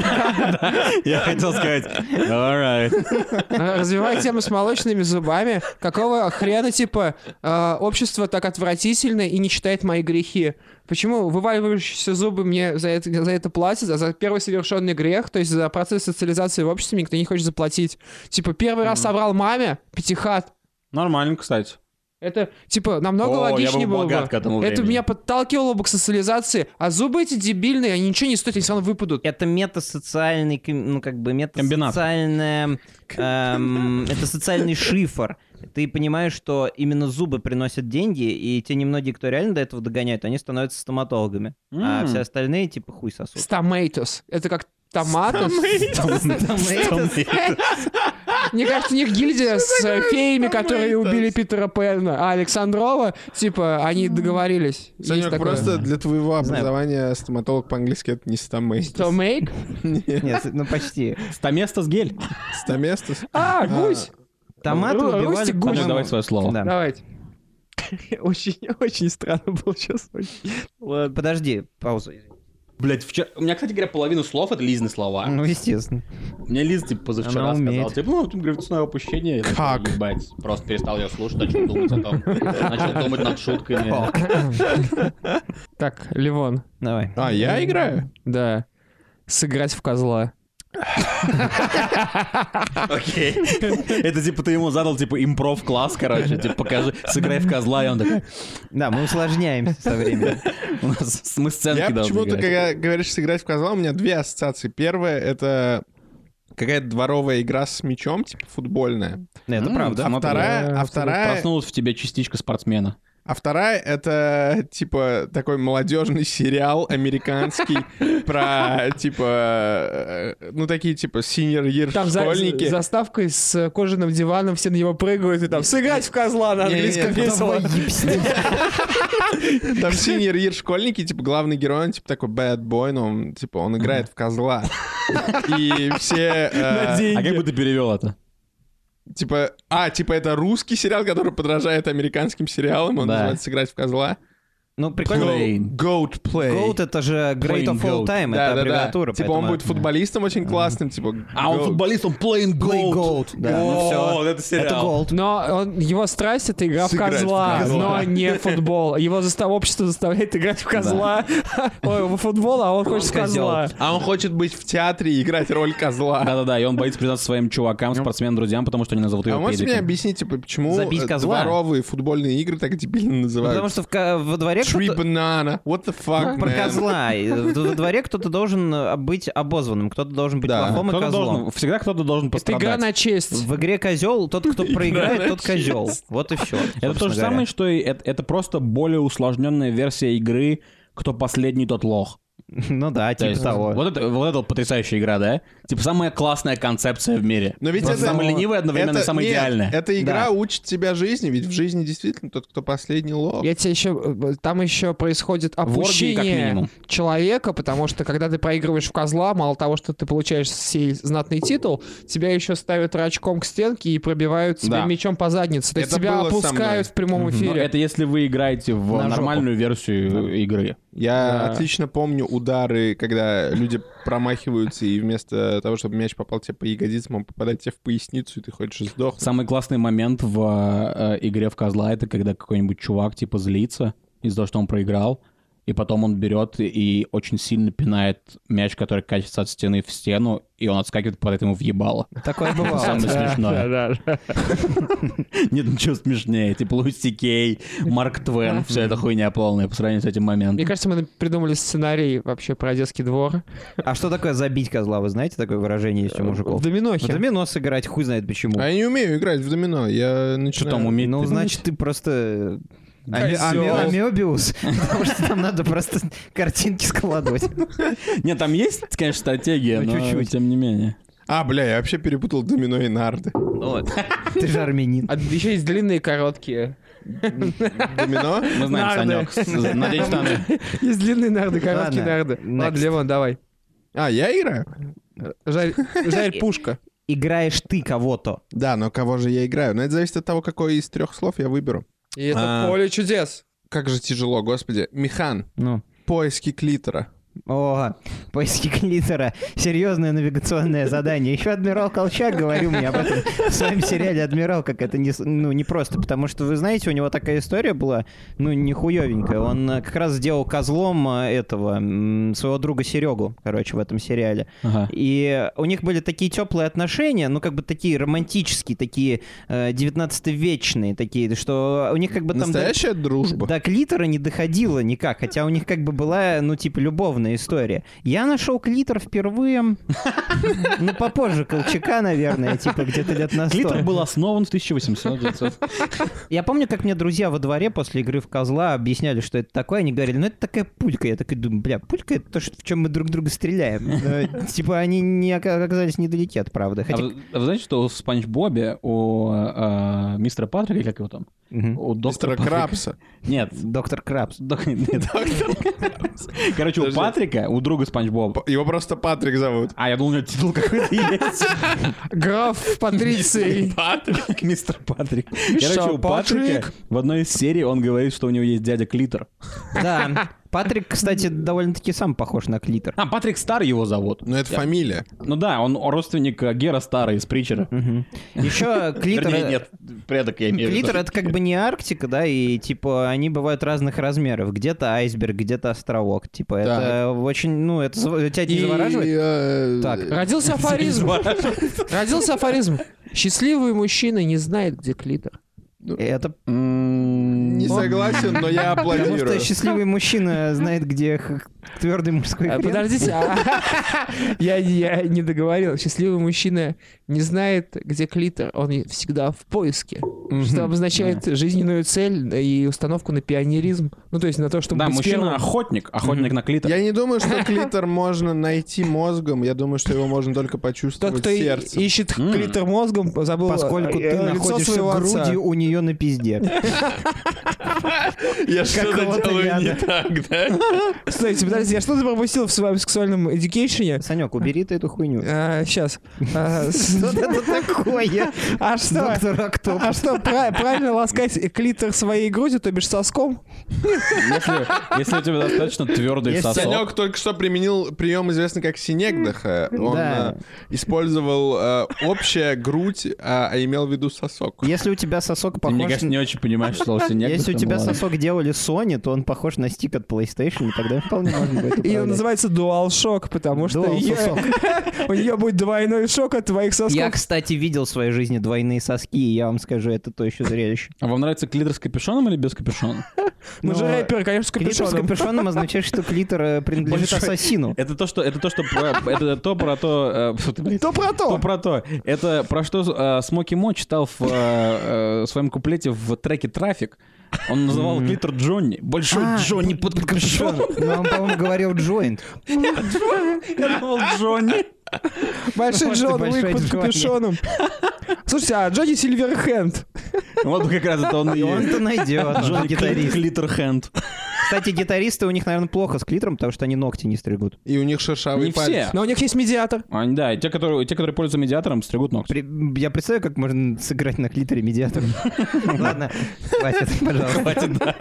[SPEAKER 6] Я хотел сказать, alright.
[SPEAKER 5] э, развивая тему с молочными зубами, какого хрена, типа, э, общество так отвратительно и не читает мои грехи? Почему вываливающиеся зубы мне за это, за это платят, а за первый совершенный грех, то есть за процесс социализации в обществе мне никто не хочет заплатить? Типа, первый раз собрал маме пятихат,
[SPEAKER 1] Нормально, кстати.
[SPEAKER 5] это, типа, намного
[SPEAKER 6] О, я
[SPEAKER 5] логичнее
[SPEAKER 6] был
[SPEAKER 5] было бы.
[SPEAKER 6] богат к этому
[SPEAKER 5] это
[SPEAKER 6] времени. [LAUGHS]
[SPEAKER 5] меня подталкивало бы к социализации, а зубы эти дебильные, они ничего не стоят, они все равно выпадут.
[SPEAKER 3] Это метасоциальный, ком- ну как бы
[SPEAKER 1] Комбинат.
[SPEAKER 3] метасоциальная, эм, это социальный шифр. Ты понимаешь, что именно зубы приносят деньги, и те немногие, кто реально до этого догоняют, они становятся стоматологами, а
[SPEAKER 1] М.
[SPEAKER 3] все остальные типа хуй сосут.
[SPEAKER 5] Стамейтос. Это как томатос. Мне кажется, у них гильдия с э, феями, которые убили Питера Пэна, а Александрова, типа, они договорились. Есть
[SPEAKER 2] Санек,
[SPEAKER 5] такое.
[SPEAKER 2] просто для твоего
[SPEAKER 3] Знаю.
[SPEAKER 2] образования стоматолог по-английски это не стомейстис.
[SPEAKER 5] Стомейк?
[SPEAKER 2] Нет,
[SPEAKER 3] Нет, ну почти.
[SPEAKER 1] Стаместос гель.
[SPEAKER 2] стоместис.
[SPEAKER 5] [LAUGHS] А, гусь!
[SPEAKER 3] Томаты
[SPEAKER 5] Ру-
[SPEAKER 3] убивали,
[SPEAKER 5] Рустик А,
[SPEAKER 1] Санёк,
[SPEAKER 5] Гусев.
[SPEAKER 3] по-моему,
[SPEAKER 1] давай свое слово.
[SPEAKER 3] да.
[SPEAKER 5] Давайте. [LAUGHS] Очень, очень странно было сейчас.
[SPEAKER 1] Ладно.
[SPEAKER 3] Подожди, паузу.
[SPEAKER 4] Блять, вчера... У меня, кстати говоря, половину слов — это Лизны слова.
[SPEAKER 3] Ну, естественно.
[SPEAKER 4] Мне Лиза, типа, позавчера
[SPEAKER 3] Она умеет.
[SPEAKER 4] сказала, типа, ну, там гравитационное опущение. Я такой,
[SPEAKER 2] Как?
[SPEAKER 4] Ебать. Просто перестал ее слушать, начал думать о том. Начал думать над шутками.
[SPEAKER 5] Так, Ливон,
[SPEAKER 3] Давай.
[SPEAKER 2] А, я играю?
[SPEAKER 5] да. Сыграть в козла.
[SPEAKER 6] Окей. Это типа ты ему задал, типа, импров-класс, короче. Типа, покажи, сыграй в козла. И он такой,
[SPEAKER 3] Да, мы усложняемся
[SPEAKER 1] [LAUGHS]
[SPEAKER 3] со временем.
[SPEAKER 6] у нас с- мы сценки
[SPEAKER 2] Я
[SPEAKER 6] должны
[SPEAKER 2] почему-то,
[SPEAKER 6] играть».
[SPEAKER 2] когда говоришь сыграть в козла, у меня две ассоциации. Первая — это какая-то дворовая игра с мячом, типа футбольная.
[SPEAKER 3] Это правда.
[SPEAKER 2] А вторая, а
[SPEAKER 5] абсолютно.
[SPEAKER 2] вторая,
[SPEAKER 5] ну
[SPEAKER 1] Проснулась в тебе частичка спортсмена.
[SPEAKER 2] а вторая это типа такой молодежный сериал американский
[SPEAKER 5] [LAUGHS]
[SPEAKER 2] про типа э, ну такие типа senior year
[SPEAKER 5] Там за,
[SPEAKER 2] школьники.
[SPEAKER 5] заставкой с кожаным диваном, все на него прыгают, и там сыграть в козла на
[SPEAKER 2] Не-не-не,
[SPEAKER 5] английском весело.
[SPEAKER 2] Там senior year школьники, типа, главный герой, он, типа, такой bad boy, но он, типа, он играет в козла. И все... э,
[SPEAKER 6] А как бы ты перевел это?
[SPEAKER 2] Типа, а, типа это русский сериал, который подражает американским сериалам, он
[SPEAKER 1] Да.
[SPEAKER 2] называется «Сыграть в козла».
[SPEAKER 3] Ну, прикольно.
[SPEAKER 2] Go- Goat Play.
[SPEAKER 3] Goat это же
[SPEAKER 6] Playing
[SPEAKER 3] great of all
[SPEAKER 6] goat.
[SPEAKER 3] time, это
[SPEAKER 2] да, да, да.
[SPEAKER 3] аббревиатура.
[SPEAKER 2] Типа он
[SPEAKER 3] поэтому-
[SPEAKER 2] будет футболистом очень классным, типа...
[SPEAKER 6] А он
[SPEAKER 2] Goat.
[SPEAKER 6] футболист, он playing
[SPEAKER 3] Play
[SPEAKER 6] gold.
[SPEAKER 3] Goat, да. ну
[SPEAKER 6] О,
[SPEAKER 3] всё.
[SPEAKER 6] это
[SPEAKER 3] Это Ну,
[SPEAKER 6] сериал.
[SPEAKER 3] Gold.
[SPEAKER 5] Но он- его страсть это игра в
[SPEAKER 2] Сыграть в
[SPEAKER 5] козла,
[SPEAKER 2] козла.
[SPEAKER 5] но
[SPEAKER 2] [LAUGHS]
[SPEAKER 5] не футбол. Его заста- общество заставляет играть в козла. [LAUGHS] Ой, в футбол, а он хочет в козла.
[SPEAKER 2] А он хочет быть в театре и играть роль козла.
[SPEAKER 1] Да-да-да, и он боится признаться своим чувакам, спортсменам, друзьям, потому что они назовут
[SPEAKER 2] А
[SPEAKER 1] его
[SPEAKER 2] можете мне
[SPEAKER 1] педиком.
[SPEAKER 2] объяснить, типа, почему
[SPEAKER 3] Забить
[SPEAKER 2] э,
[SPEAKER 3] козла?
[SPEAKER 2] дворовые футбольные игры так дебильно
[SPEAKER 3] Ну,
[SPEAKER 2] называют?
[SPEAKER 3] Потому что в ко- во дворе
[SPEAKER 2] Tree
[SPEAKER 3] кто-то-
[SPEAKER 2] banana. What the fuck,
[SPEAKER 3] про
[SPEAKER 2] man?
[SPEAKER 3] козла. И в- Во дворе кто-то должен э, быть обозванным, кто-то должен быть
[SPEAKER 2] Да,
[SPEAKER 3] лохом и
[SPEAKER 1] Кто-то
[SPEAKER 3] козлом.
[SPEAKER 1] должен, всегда кто-то должен
[SPEAKER 5] Это игра
[SPEAKER 1] пострадать.
[SPEAKER 5] на честь.
[SPEAKER 3] В игре козел тот, кто проиграет, тот козел. Вот и все.
[SPEAKER 1] Это то же самое, что и это, это просто более усложненная версия игры «Кто последний, тот лох».
[SPEAKER 3] [LAUGHS] Ну да,
[SPEAKER 1] То
[SPEAKER 3] типа
[SPEAKER 1] есть
[SPEAKER 3] того.
[SPEAKER 1] Вот это, вот это вот потрясающая игра, да? Типа самая классная концепция в мире.
[SPEAKER 2] Но ведь
[SPEAKER 1] Просто
[SPEAKER 2] это...
[SPEAKER 1] самая ленивая одновременно и
[SPEAKER 2] это-
[SPEAKER 1] самая
[SPEAKER 2] нет,
[SPEAKER 1] идеальная.
[SPEAKER 2] Эта игра учит тебя жизни, ведь в жизни действительно тот, кто последний лох.
[SPEAKER 5] Я тебе еще там еще происходит
[SPEAKER 1] оргии, как
[SPEAKER 5] опущение
[SPEAKER 1] минимум.
[SPEAKER 5] человека, потому что когда ты проигрываешь в козла, мало того, что ты получаешь сей знатный титул, тебя еще ставят рачком к стенке и пробивают тебя
[SPEAKER 1] Да.
[SPEAKER 5] мечом по заднице. То есть
[SPEAKER 2] Это
[SPEAKER 5] тебя
[SPEAKER 2] было со мной.
[SPEAKER 5] опускают в прямом
[SPEAKER 1] Но
[SPEAKER 5] эфире.
[SPEAKER 1] это если вы играете в
[SPEAKER 3] На жопу.
[SPEAKER 1] нормальную версию игры.
[SPEAKER 2] Я
[SPEAKER 1] Да.
[SPEAKER 2] отлично помню удары, когда люди промахиваются, и вместо того, чтобы мяч попал тебе по ягодицам, он попадает тебе в поясницу, и ты хочешь сдохнуть.
[SPEAKER 1] Самый классный момент в э, э, игре в козла это когда какой-нибудь чувак типа злится из-за того, что он проиграл, и потом он берет и очень сильно пинает мяч, который катится от стены в стену, и он отскакивает, попадает ему в ебало. [LAUGHS]
[SPEAKER 3] Такое
[SPEAKER 1] Это
[SPEAKER 3] бывало.
[SPEAKER 1] самое
[SPEAKER 3] [LAUGHS]
[SPEAKER 1] смешное.
[SPEAKER 5] Да, да, да.
[SPEAKER 1] [LAUGHS] Нет ничего смешнее. Типа Луис Сикей, Марк Твен, вся эта хуйня полная по сравнению с этим
[SPEAKER 5] Мне
[SPEAKER 1] моментом.
[SPEAKER 5] кажется, мы придумали сценарий вообще про детский двор.
[SPEAKER 3] А что такое забить козла? Вы знаете такое выражение есть у
[SPEAKER 5] В
[SPEAKER 3] мужиков? В
[SPEAKER 5] доминохе.
[SPEAKER 3] домино сыграть, хуй знает почему.
[SPEAKER 2] А я не умею играть в домино, я
[SPEAKER 1] Что
[SPEAKER 2] начинаю...
[SPEAKER 1] там уметь?
[SPEAKER 3] Ну, значит, ты просто... э, ами- ами- Амебиус, [LAUGHS] потому что там надо просто картинки складывать.
[SPEAKER 1] [LAUGHS] Нет, там есть, конечно, стратегия,
[SPEAKER 3] Ну,
[SPEAKER 1] но
[SPEAKER 3] чуть-чуть.
[SPEAKER 1] тем не менее.
[SPEAKER 2] А, бля, я вообще перепутал домино и нарды.
[SPEAKER 7] Вот.
[SPEAKER 3] Ты же армянин.
[SPEAKER 5] А еще есть длинные и короткие.
[SPEAKER 2] Домино?
[SPEAKER 1] [LAUGHS] Мы знаем, Санек.
[SPEAKER 5] Нарды.
[SPEAKER 1] с- Надень штаны.
[SPEAKER 5] Есть длинные нарды, короткие
[SPEAKER 3] Ладно,
[SPEAKER 5] нарды.
[SPEAKER 3] next.
[SPEAKER 5] Ладно, Левон, давай.
[SPEAKER 2] А, я играю?
[SPEAKER 5] Жарь
[SPEAKER 2] [LAUGHS]
[SPEAKER 5] жарь пушка.
[SPEAKER 3] Играешь ты кого-то.
[SPEAKER 2] Да, но кого же я играю? Но это зависит от того, какое из трех слов я выберу.
[SPEAKER 5] И это
[SPEAKER 2] А.
[SPEAKER 5] поле чудес.
[SPEAKER 2] Как же тяжело, господи. Михан,
[SPEAKER 3] Ну.
[SPEAKER 2] поиски клитора.
[SPEAKER 3] О, поиски клитора. Серьезное навигационное задание. Еще адмирал Колчак говорил мне об этом в своем сериале «Адмирал», как это не, с- ну, не просто, потому что, вы знаете, у него такая история была, ну, нихуевенькая. Он э, как раз сделал козлом э, этого, м, своего друга Серегу, короче, в этом сериале.
[SPEAKER 1] Ага.
[SPEAKER 3] И у них были такие теплые отношения, ну, как бы такие романтические, такие э, 19-вечные, такие, что у них как бы там... до-
[SPEAKER 2] Настоящая дружба.
[SPEAKER 3] до клитора не доходило никак, хотя у них как бы была, ну, типа, любовная история. Я нашел клитор впервые, ну, попозже Колчака, наверное, типа, где-то лет на
[SPEAKER 1] Клитор
[SPEAKER 3] 100.
[SPEAKER 1] был основан в 1800
[SPEAKER 3] Я помню, как мне друзья во дворе после игры в козла объясняли, что это такое, они говорили, ну, это такая пулька. Я такой думаю, бля, пулька — это то, что- в чем мы друг друга стреляем. Э, Типа, они не ока- оказались недалеки от правды.
[SPEAKER 1] А
[SPEAKER 3] Хотя...
[SPEAKER 1] вы а вы знаете, что в Спанч Бобе у э, мистера Патрика, как его там?
[SPEAKER 3] Мгм.
[SPEAKER 1] У доктора
[SPEAKER 2] Мистера Крабса.
[SPEAKER 1] Нет.
[SPEAKER 3] Доктор Крабс.
[SPEAKER 1] Док-
[SPEAKER 2] [LAUGHS]
[SPEAKER 1] нет. Короче, у
[SPEAKER 2] Подожди.
[SPEAKER 1] Патрика, у друга Спанч Боба.
[SPEAKER 2] П- Его просто Патрик зовут.
[SPEAKER 1] А, я думал, у него титул какой-то
[SPEAKER 2] [LAUGHS]
[SPEAKER 1] есть. [LAUGHS]
[SPEAKER 5] Граф Патриций.
[SPEAKER 1] Патрик, мистер Патрик. Короче,
[SPEAKER 5] Что,
[SPEAKER 1] у Патрика
[SPEAKER 5] Патрик?
[SPEAKER 1] в одной из серий он говорит, что у него есть дядя Клитор.
[SPEAKER 3] Да, Патрик, кстати, довольно-таки сам похож на клитор.
[SPEAKER 1] А, Патрик Стар его зовут.
[SPEAKER 2] Но это фамилия.
[SPEAKER 1] Ну да, он родственник э, Гера Стара из Притчера.
[SPEAKER 3] Еще клитор...
[SPEAKER 7] Вернее, нет, предок я имею в виду.
[SPEAKER 3] Клитор это как бы не Арктика, да, и типа они бывают разных размеров. Где-то айсберг, где-то островок. Типа это очень, ну это зав- тебя не завораживает?
[SPEAKER 2] э,
[SPEAKER 3] Так.
[SPEAKER 5] Родился афоризм. Родился афоризм. Счастливый мужчина не знает, где клитор.
[SPEAKER 3] Это
[SPEAKER 2] Не
[SPEAKER 1] М,
[SPEAKER 2] согласен, но я
[SPEAKER 3] потому
[SPEAKER 2] аплодирую.
[SPEAKER 3] что счастливый мужчина знает, где х- твердый мужской
[SPEAKER 5] А,
[SPEAKER 3] хрен.
[SPEAKER 5] Подождите, а, я, я не договорил. Счастливый мужчина не знает, где клитор. Он всегда в поиске. Что обозначает жизненную цель и установку на пионеризм. Ну, то есть на то, чтобы
[SPEAKER 1] Да,
[SPEAKER 5] быть
[SPEAKER 1] мужчина
[SPEAKER 5] первым.
[SPEAKER 1] охотник, охотник на клитор.
[SPEAKER 2] Я не думаю, что клитор можно найти мозгом. Я думаю, что его можно только
[SPEAKER 5] Тот,
[SPEAKER 2] почувствовать
[SPEAKER 5] кто и-
[SPEAKER 2] сердцем.
[SPEAKER 5] ищет
[SPEAKER 1] М.
[SPEAKER 5] клитор мозгом, забыл
[SPEAKER 3] Поскольку
[SPEAKER 5] э,
[SPEAKER 3] ты
[SPEAKER 5] лицо
[SPEAKER 3] находишься
[SPEAKER 5] своего отца.
[SPEAKER 3] грудью у нее на пизде.
[SPEAKER 7] Я
[SPEAKER 3] Какого-то
[SPEAKER 7] что-то делаю не
[SPEAKER 3] яда.
[SPEAKER 7] так, да?
[SPEAKER 5] Стойте, подожди, я что-то пропустил в своем сексуальном эдюкейшене?
[SPEAKER 3] Санек, убери ты эту хуйню.
[SPEAKER 5] Э, Сейчас. А
[SPEAKER 3] [LAUGHS] Что это такое?
[SPEAKER 5] [LAUGHS] что?
[SPEAKER 3] Доктор Октоп.
[SPEAKER 5] А что, пра- правильно ласкать клитор своей грудью, то бишь соском?
[SPEAKER 1] Если, если у тебя достаточно твердый
[SPEAKER 3] Если
[SPEAKER 1] сосок.
[SPEAKER 2] Санек только что применил прием, известный как синегдаха. Он
[SPEAKER 3] Да.
[SPEAKER 2] э, использовал э, общая грудь, а, а имел в виду сосок.
[SPEAKER 3] Если у тебя сосок
[SPEAKER 1] Ты, мне
[SPEAKER 3] похож
[SPEAKER 1] кажется, не очень понимаешь, что у тебя
[SPEAKER 3] Если у тебя сосок делали Sony, то он похож на стик от PlayStation, и тогда вполне можно будет
[SPEAKER 5] [LAUGHS] И он
[SPEAKER 3] управлять.
[SPEAKER 5] называется DualShock, потому что
[SPEAKER 3] Dual
[SPEAKER 5] е-
[SPEAKER 3] сосок.
[SPEAKER 5] [LAUGHS] у нее будет двойной шок от твоих
[SPEAKER 3] Я,
[SPEAKER 5] сосков.
[SPEAKER 3] кстати, видел в своей жизни двойные соски, и я вам скажу, это то еще зрелище.
[SPEAKER 1] А вам нравится клитор с капюшоном или без капюшона?
[SPEAKER 5] Мы же
[SPEAKER 3] Но
[SPEAKER 5] рэперы, Ну, конечно, с
[SPEAKER 3] Ну, Клитор с
[SPEAKER 5] капюшоном.
[SPEAKER 3] капюшоном означает, что клитор э, принадлежит
[SPEAKER 1] Большой.
[SPEAKER 5] [LAUGHS]
[SPEAKER 3] ассасину.
[SPEAKER 1] Это то, что... Это то, что... про- Это то, про то... э, фу, ты, блин,
[SPEAKER 5] То про
[SPEAKER 1] То
[SPEAKER 5] то.
[SPEAKER 1] про то. Это про что э, Смоки Мо читал в э, э, своем куплете в треке «Трафик». Он называл клитор Джонни. Большой
[SPEAKER 3] А,
[SPEAKER 1] Джонни под капюшоном.
[SPEAKER 3] Но Ну, он, по-моему, говорил joint.
[SPEAKER 1] Я думал, Джонни.
[SPEAKER 5] Большой
[SPEAKER 3] Может, и
[SPEAKER 5] Джон
[SPEAKER 3] большой
[SPEAKER 5] Уик под
[SPEAKER 3] Джонни.
[SPEAKER 5] капюшоном. Слушайте, а Джонни Сильверхенд?
[SPEAKER 1] Вот как раз это он и
[SPEAKER 3] И
[SPEAKER 1] есть.
[SPEAKER 3] он-то
[SPEAKER 5] [LAUGHS]
[SPEAKER 3] найдет, он
[SPEAKER 1] Джонни Кли-
[SPEAKER 3] гитарист.
[SPEAKER 1] Клитор Хэнд.
[SPEAKER 3] Кстати, гитаристы у них, наверное, плохо с клитором, потому что они ногти не стригут.
[SPEAKER 2] И у них шершавые
[SPEAKER 1] Не
[SPEAKER 2] пальцы.
[SPEAKER 1] все.
[SPEAKER 5] Но у них есть медиатор.
[SPEAKER 1] Они, да, и те, которые, те, которые пользуются медиатором, стригут ногти.
[SPEAKER 3] При- Я представляю, как можно сыграть на клиторе медиатор.
[SPEAKER 5] [LAUGHS]
[SPEAKER 3] Ладно, хватит, пожалуйста.
[SPEAKER 1] Хватит, да.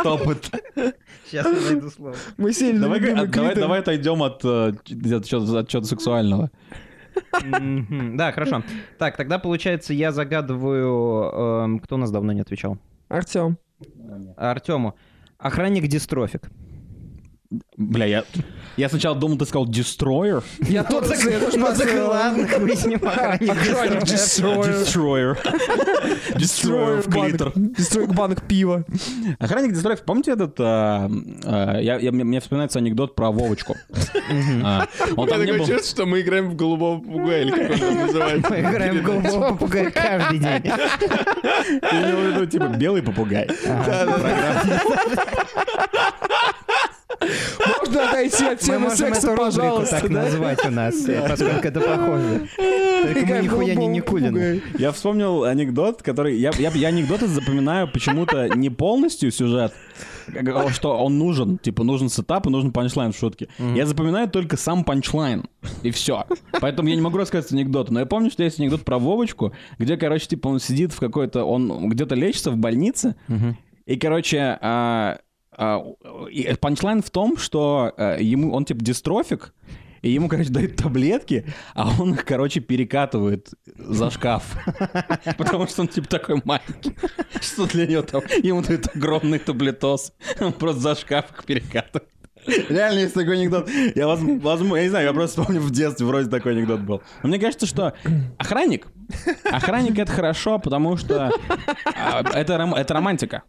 [SPEAKER 1] Стоп it.
[SPEAKER 3] Сейчас я найду слово.
[SPEAKER 5] Мы сильно
[SPEAKER 1] Давай,
[SPEAKER 5] любим
[SPEAKER 1] а, давай, давай отойдем от отчета сексуального.
[SPEAKER 3] Мгм. Да, хорошо. Так, тогда получается, я загадываю, эм, кто у нас давно не отвечал?
[SPEAKER 5] Артем.
[SPEAKER 3] Артему. Охранник дистрофик.
[SPEAKER 1] Бля, я, я сначала думал, ты сказал «дестройер».
[SPEAKER 5] Я тот, я тоже поставил.
[SPEAKER 3] хуй с ним, охранник
[SPEAKER 5] Охранник
[SPEAKER 3] дистрофик.
[SPEAKER 5] Destroyer.
[SPEAKER 1] Дестройер. Дестройер в
[SPEAKER 5] банк.
[SPEAKER 1] клитор.
[SPEAKER 5] Destroyer банк пива.
[SPEAKER 1] Охранник дистрофик, помните этот... а, а, я, я- мне, мне вспоминается анекдот про Вовочку. А, Он
[SPEAKER 2] У меня
[SPEAKER 1] там не
[SPEAKER 2] такое
[SPEAKER 1] был...
[SPEAKER 2] чувство, что мы играем в голубого попугая, или как он там называется.
[SPEAKER 3] Мы играем в голубого попугая каждый день.
[SPEAKER 1] Я имел в виду, типа, белый попугай.
[SPEAKER 5] Можно отойти уйти от
[SPEAKER 3] Мы
[SPEAKER 5] темы
[SPEAKER 3] можем
[SPEAKER 5] секса,
[SPEAKER 3] эту рубрику
[SPEAKER 5] пожалуйста.
[SPEAKER 3] так
[SPEAKER 5] да?
[SPEAKER 3] назвать у нас, э, поскольку это похоже. Только мы
[SPEAKER 5] Игорь
[SPEAKER 3] нихуя не
[SPEAKER 5] Голубов,
[SPEAKER 3] Никулин.
[SPEAKER 1] Я вспомнил анекдот, который... Я, я, я анекдоты запоминаю почему-то не полностью сюжет, как- что он нужен. Типа нужен сетап и нужен панчлайн в шутке. Я запоминаю только сам панчлайн. И все. Поэтому я не могу рассказать анекдот. Но я помню, что есть анекдот про Вовочку, где, короче, типа он сидит в какой-то... Он где-то лечится в больнице. И, короче, а, а, и панчлайн в том, что а, ему он типа дистрофик, и ему, короче, дают таблетки, а он их, короче, перекатывает за шкаф. [LAUGHS] Потому что он, типа, такой маленький. Что для него там? Ему дают огромный таблетос. Он просто за шкаф их перекатывает. Реально есть такой анекдот. Я, возможно, я не знаю, я просто помню, в детстве вроде такой анекдот был. Но мне кажется, что охранник, охранник это хорошо, потому что а, это, ром- это романтика.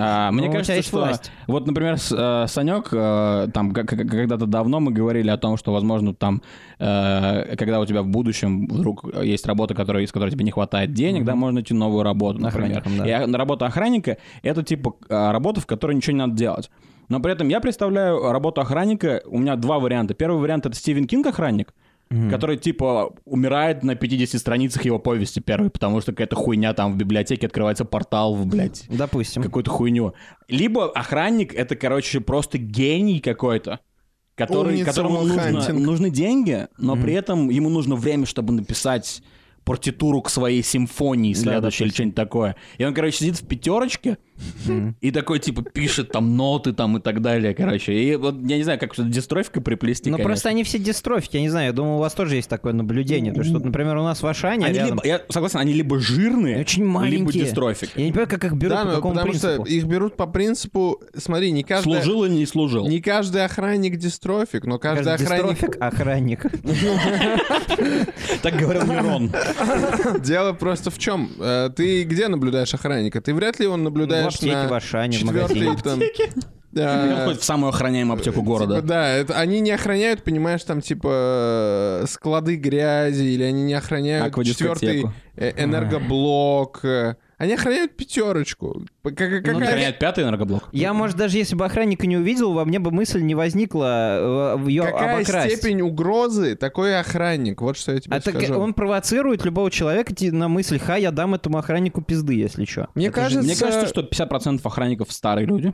[SPEAKER 1] А, мне
[SPEAKER 3] Ну, у тебя
[SPEAKER 1] кажется,
[SPEAKER 3] есть
[SPEAKER 1] что...
[SPEAKER 3] власть.
[SPEAKER 1] Вот, например, с- э, Санек, э, там как- как- когда-то давно мы говорили о том, что, возможно, там, э, когда у тебя в будущем вдруг есть работа, которая, из которой тебе не хватает денег, да, можно идти новую работу, например.
[SPEAKER 3] Охранником, да.
[SPEAKER 1] И а- на работа охранника — это типа э, работа, в которой ничего не надо делать. Но при этом я представляю работу охранника, у меня два варианта. Первый вариант — это Стивен Кинг охранник, который, типа, умирает на 50 страницах его повести первой, потому что какая-то хуйня там в библиотеке открывается портал, в, блядь,
[SPEAKER 3] Допустим.
[SPEAKER 1] какую-то хуйню. Либо охранник это, короче, просто гений какой-то. Который,
[SPEAKER 2] Умница,
[SPEAKER 1] которому нужно,
[SPEAKER 2] Мунхантинг.
[SPEAKER 1] нужны деньги, но при этом ему нужно время, чтобы написать партитуру к своей симфонии следующей или что-нибудь такое. И он, короче, сидит в пятерочке и такой, типа, пишет там ноты там и так далее, короче. И вот я не знаю, как что-то дистрофика приплести,
[SPEAKER 3] Ну
[SPEAKER 1] конечно.
[SPEAKER 3] просто они все дистрофики, я не знаю, я думаю, у вас тоже есть такое наблюдение. То, что, например, у нас в Ашане
[SPEAKER 1] Они
[SPEAKER 3] рядом-
[SPEAKER 1] либо, я согласен, они либо жирные,
[SPEAKER 3] Очень
[SPEAKER 1] либо
[SPEAKER 3] маленькие.
[SPEAKER 1] дистрофики.
[SPEAKER 3] Я не понимаю, как их [LAUGHS] берут,
[SPEAKER 2] Да,
[SPEAKER 3] по
[SPEAKER 2] ну,
[SPEAKER 3] какому
[SPEAKER 2] потому
[SPEAKER 3] принципу.
[SPEAKER 2] что их берут по принципу, смотри, не каждый...
[SPEAKER 1] Служил и не служил.
[SPEAKER 2] Не каждый охранник дистрофик, но каждый,
[SPEAKER 3] Каждый
[SPEAKER 2] охранник...
[SPEAKER 3] дистрофик охранник.
[SPEAKER 1] Так говорил
[SPEAKER 3] [LAUGHS]
[SPEAKER 1] Мирон.
[SPEAKER 2] [LAUGHS] Дело просто в чем? Ты где наблюдаешь охранника? Ты вряд ли он
[SPEAKER 3] В
[SPEAKER 2] наблюдаешь
[SPEAKER 3] аптеке,
[SPEAKER 2] на
[SPEAKER 3] в Ашане, в
[SPEAKER 2] четвёртый,
[SPEAKER 3] магазине.
[SPEAKER 2] там...
[SPEAKER 1] [LAUGHS] Он
[SPEAKER 3] А,
[SPEAKER 2] э,
[SPEAKER 1] ходит в самую охраняемую аптеку города.
[SPEAKER 2] Типа, да, это, они не охраняют, понимаешь, там типа э, склады грязи, или они не охраняют
[SPEAKER 1] Аквадискотеку.
[SPEAKER 2] четвертый э, энергоблок. э, Они охраняют пятерочку. П- как- как-
[SPEAKER 1] Ну,
[SPEAKER 2] какая-
[SPEAKER 1] охраняет пятый энергоблок.
[SPEAKER 3] Я, может, даже если бы охранника не увидел, во мне бы мысль не возникла э, в ее
[SPEAKER 2] какая
[SPEAKER 3] обокрасть.
[SPEAKER 2] степень угрозы такой и охранник? Вот что я тебе
[SPEAKER 3] А так
[SPEAKER 2] скажу.
[SPEAKER 3] он провоцирует любого человека идти на мысль, ха, я дам этому охраннику пизды, если что.
[SPEAKER 5] Мне
[SPEAKER 3] Это же-
[SPEAKER 5] кажется,
[SPEAKER 1] Мне кажется, что 50% охранников старые люди.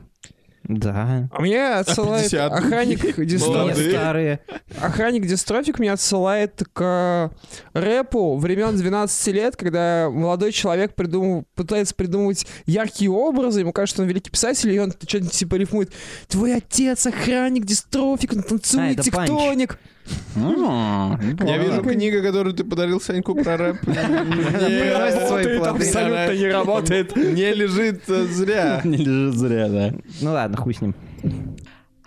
[SPEAKER 3] Да.
[SPEAKER 5] а Мне отсылает
[SPEAKER 2] 50
[SPEAKER 5] охранник
[SPEAKER 3] Все
[SPEAKER 5] дистрофик.
[SPEAKER 2] Молодые.
[SPEAKER 3] старые.
[SPEAKER 5] Охранник дистрофик меня отсылает к э, рэпу времен 12 лет, когда молодой человек придумал, пытается придумывать яркие образы, ему кажется, что он великий писатель, и он что-нибудь типа рифмует. Твой отец охранник дистрофик, он
[SPEAKER 3] А,
[SPEAKER 5] танцует
[SPEAKER 3] это панч.
[SPEAKER 5] тектоник.
[SPEAKER 2] Я вижу книга, которую ты подарил Саньку про рэп. Не
[SPEAKER 3] Приносит свои
[SPEAKER 2] Э, работает
[SPEAKER 3] плоды.
[SPEAKER 2] абсолютно не [LAUGHS] работает. Не лежит э, зря.
[SPEAKER 1] Не [LAUGHS] лежит зря, да.
[SPEAKER 3] Ну ладно, хуй с ним.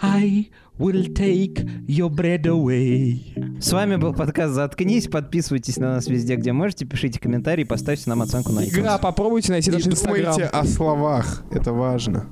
[SPEAKER 1] I will take your bread away.
[SPEAKER 3] С вами был подкаст «Заткнись». Подписывайтесь на нас везде, где можете. Пишите комментарии, поставьте нам оценку на iTunes.
[SPEAKER 5] Игра, попробуйте найти
[SPEAKER 2] И
[SPEAKER 5] наш инстаграм.
[SPEAKER 2] думайте о словах. Это важно.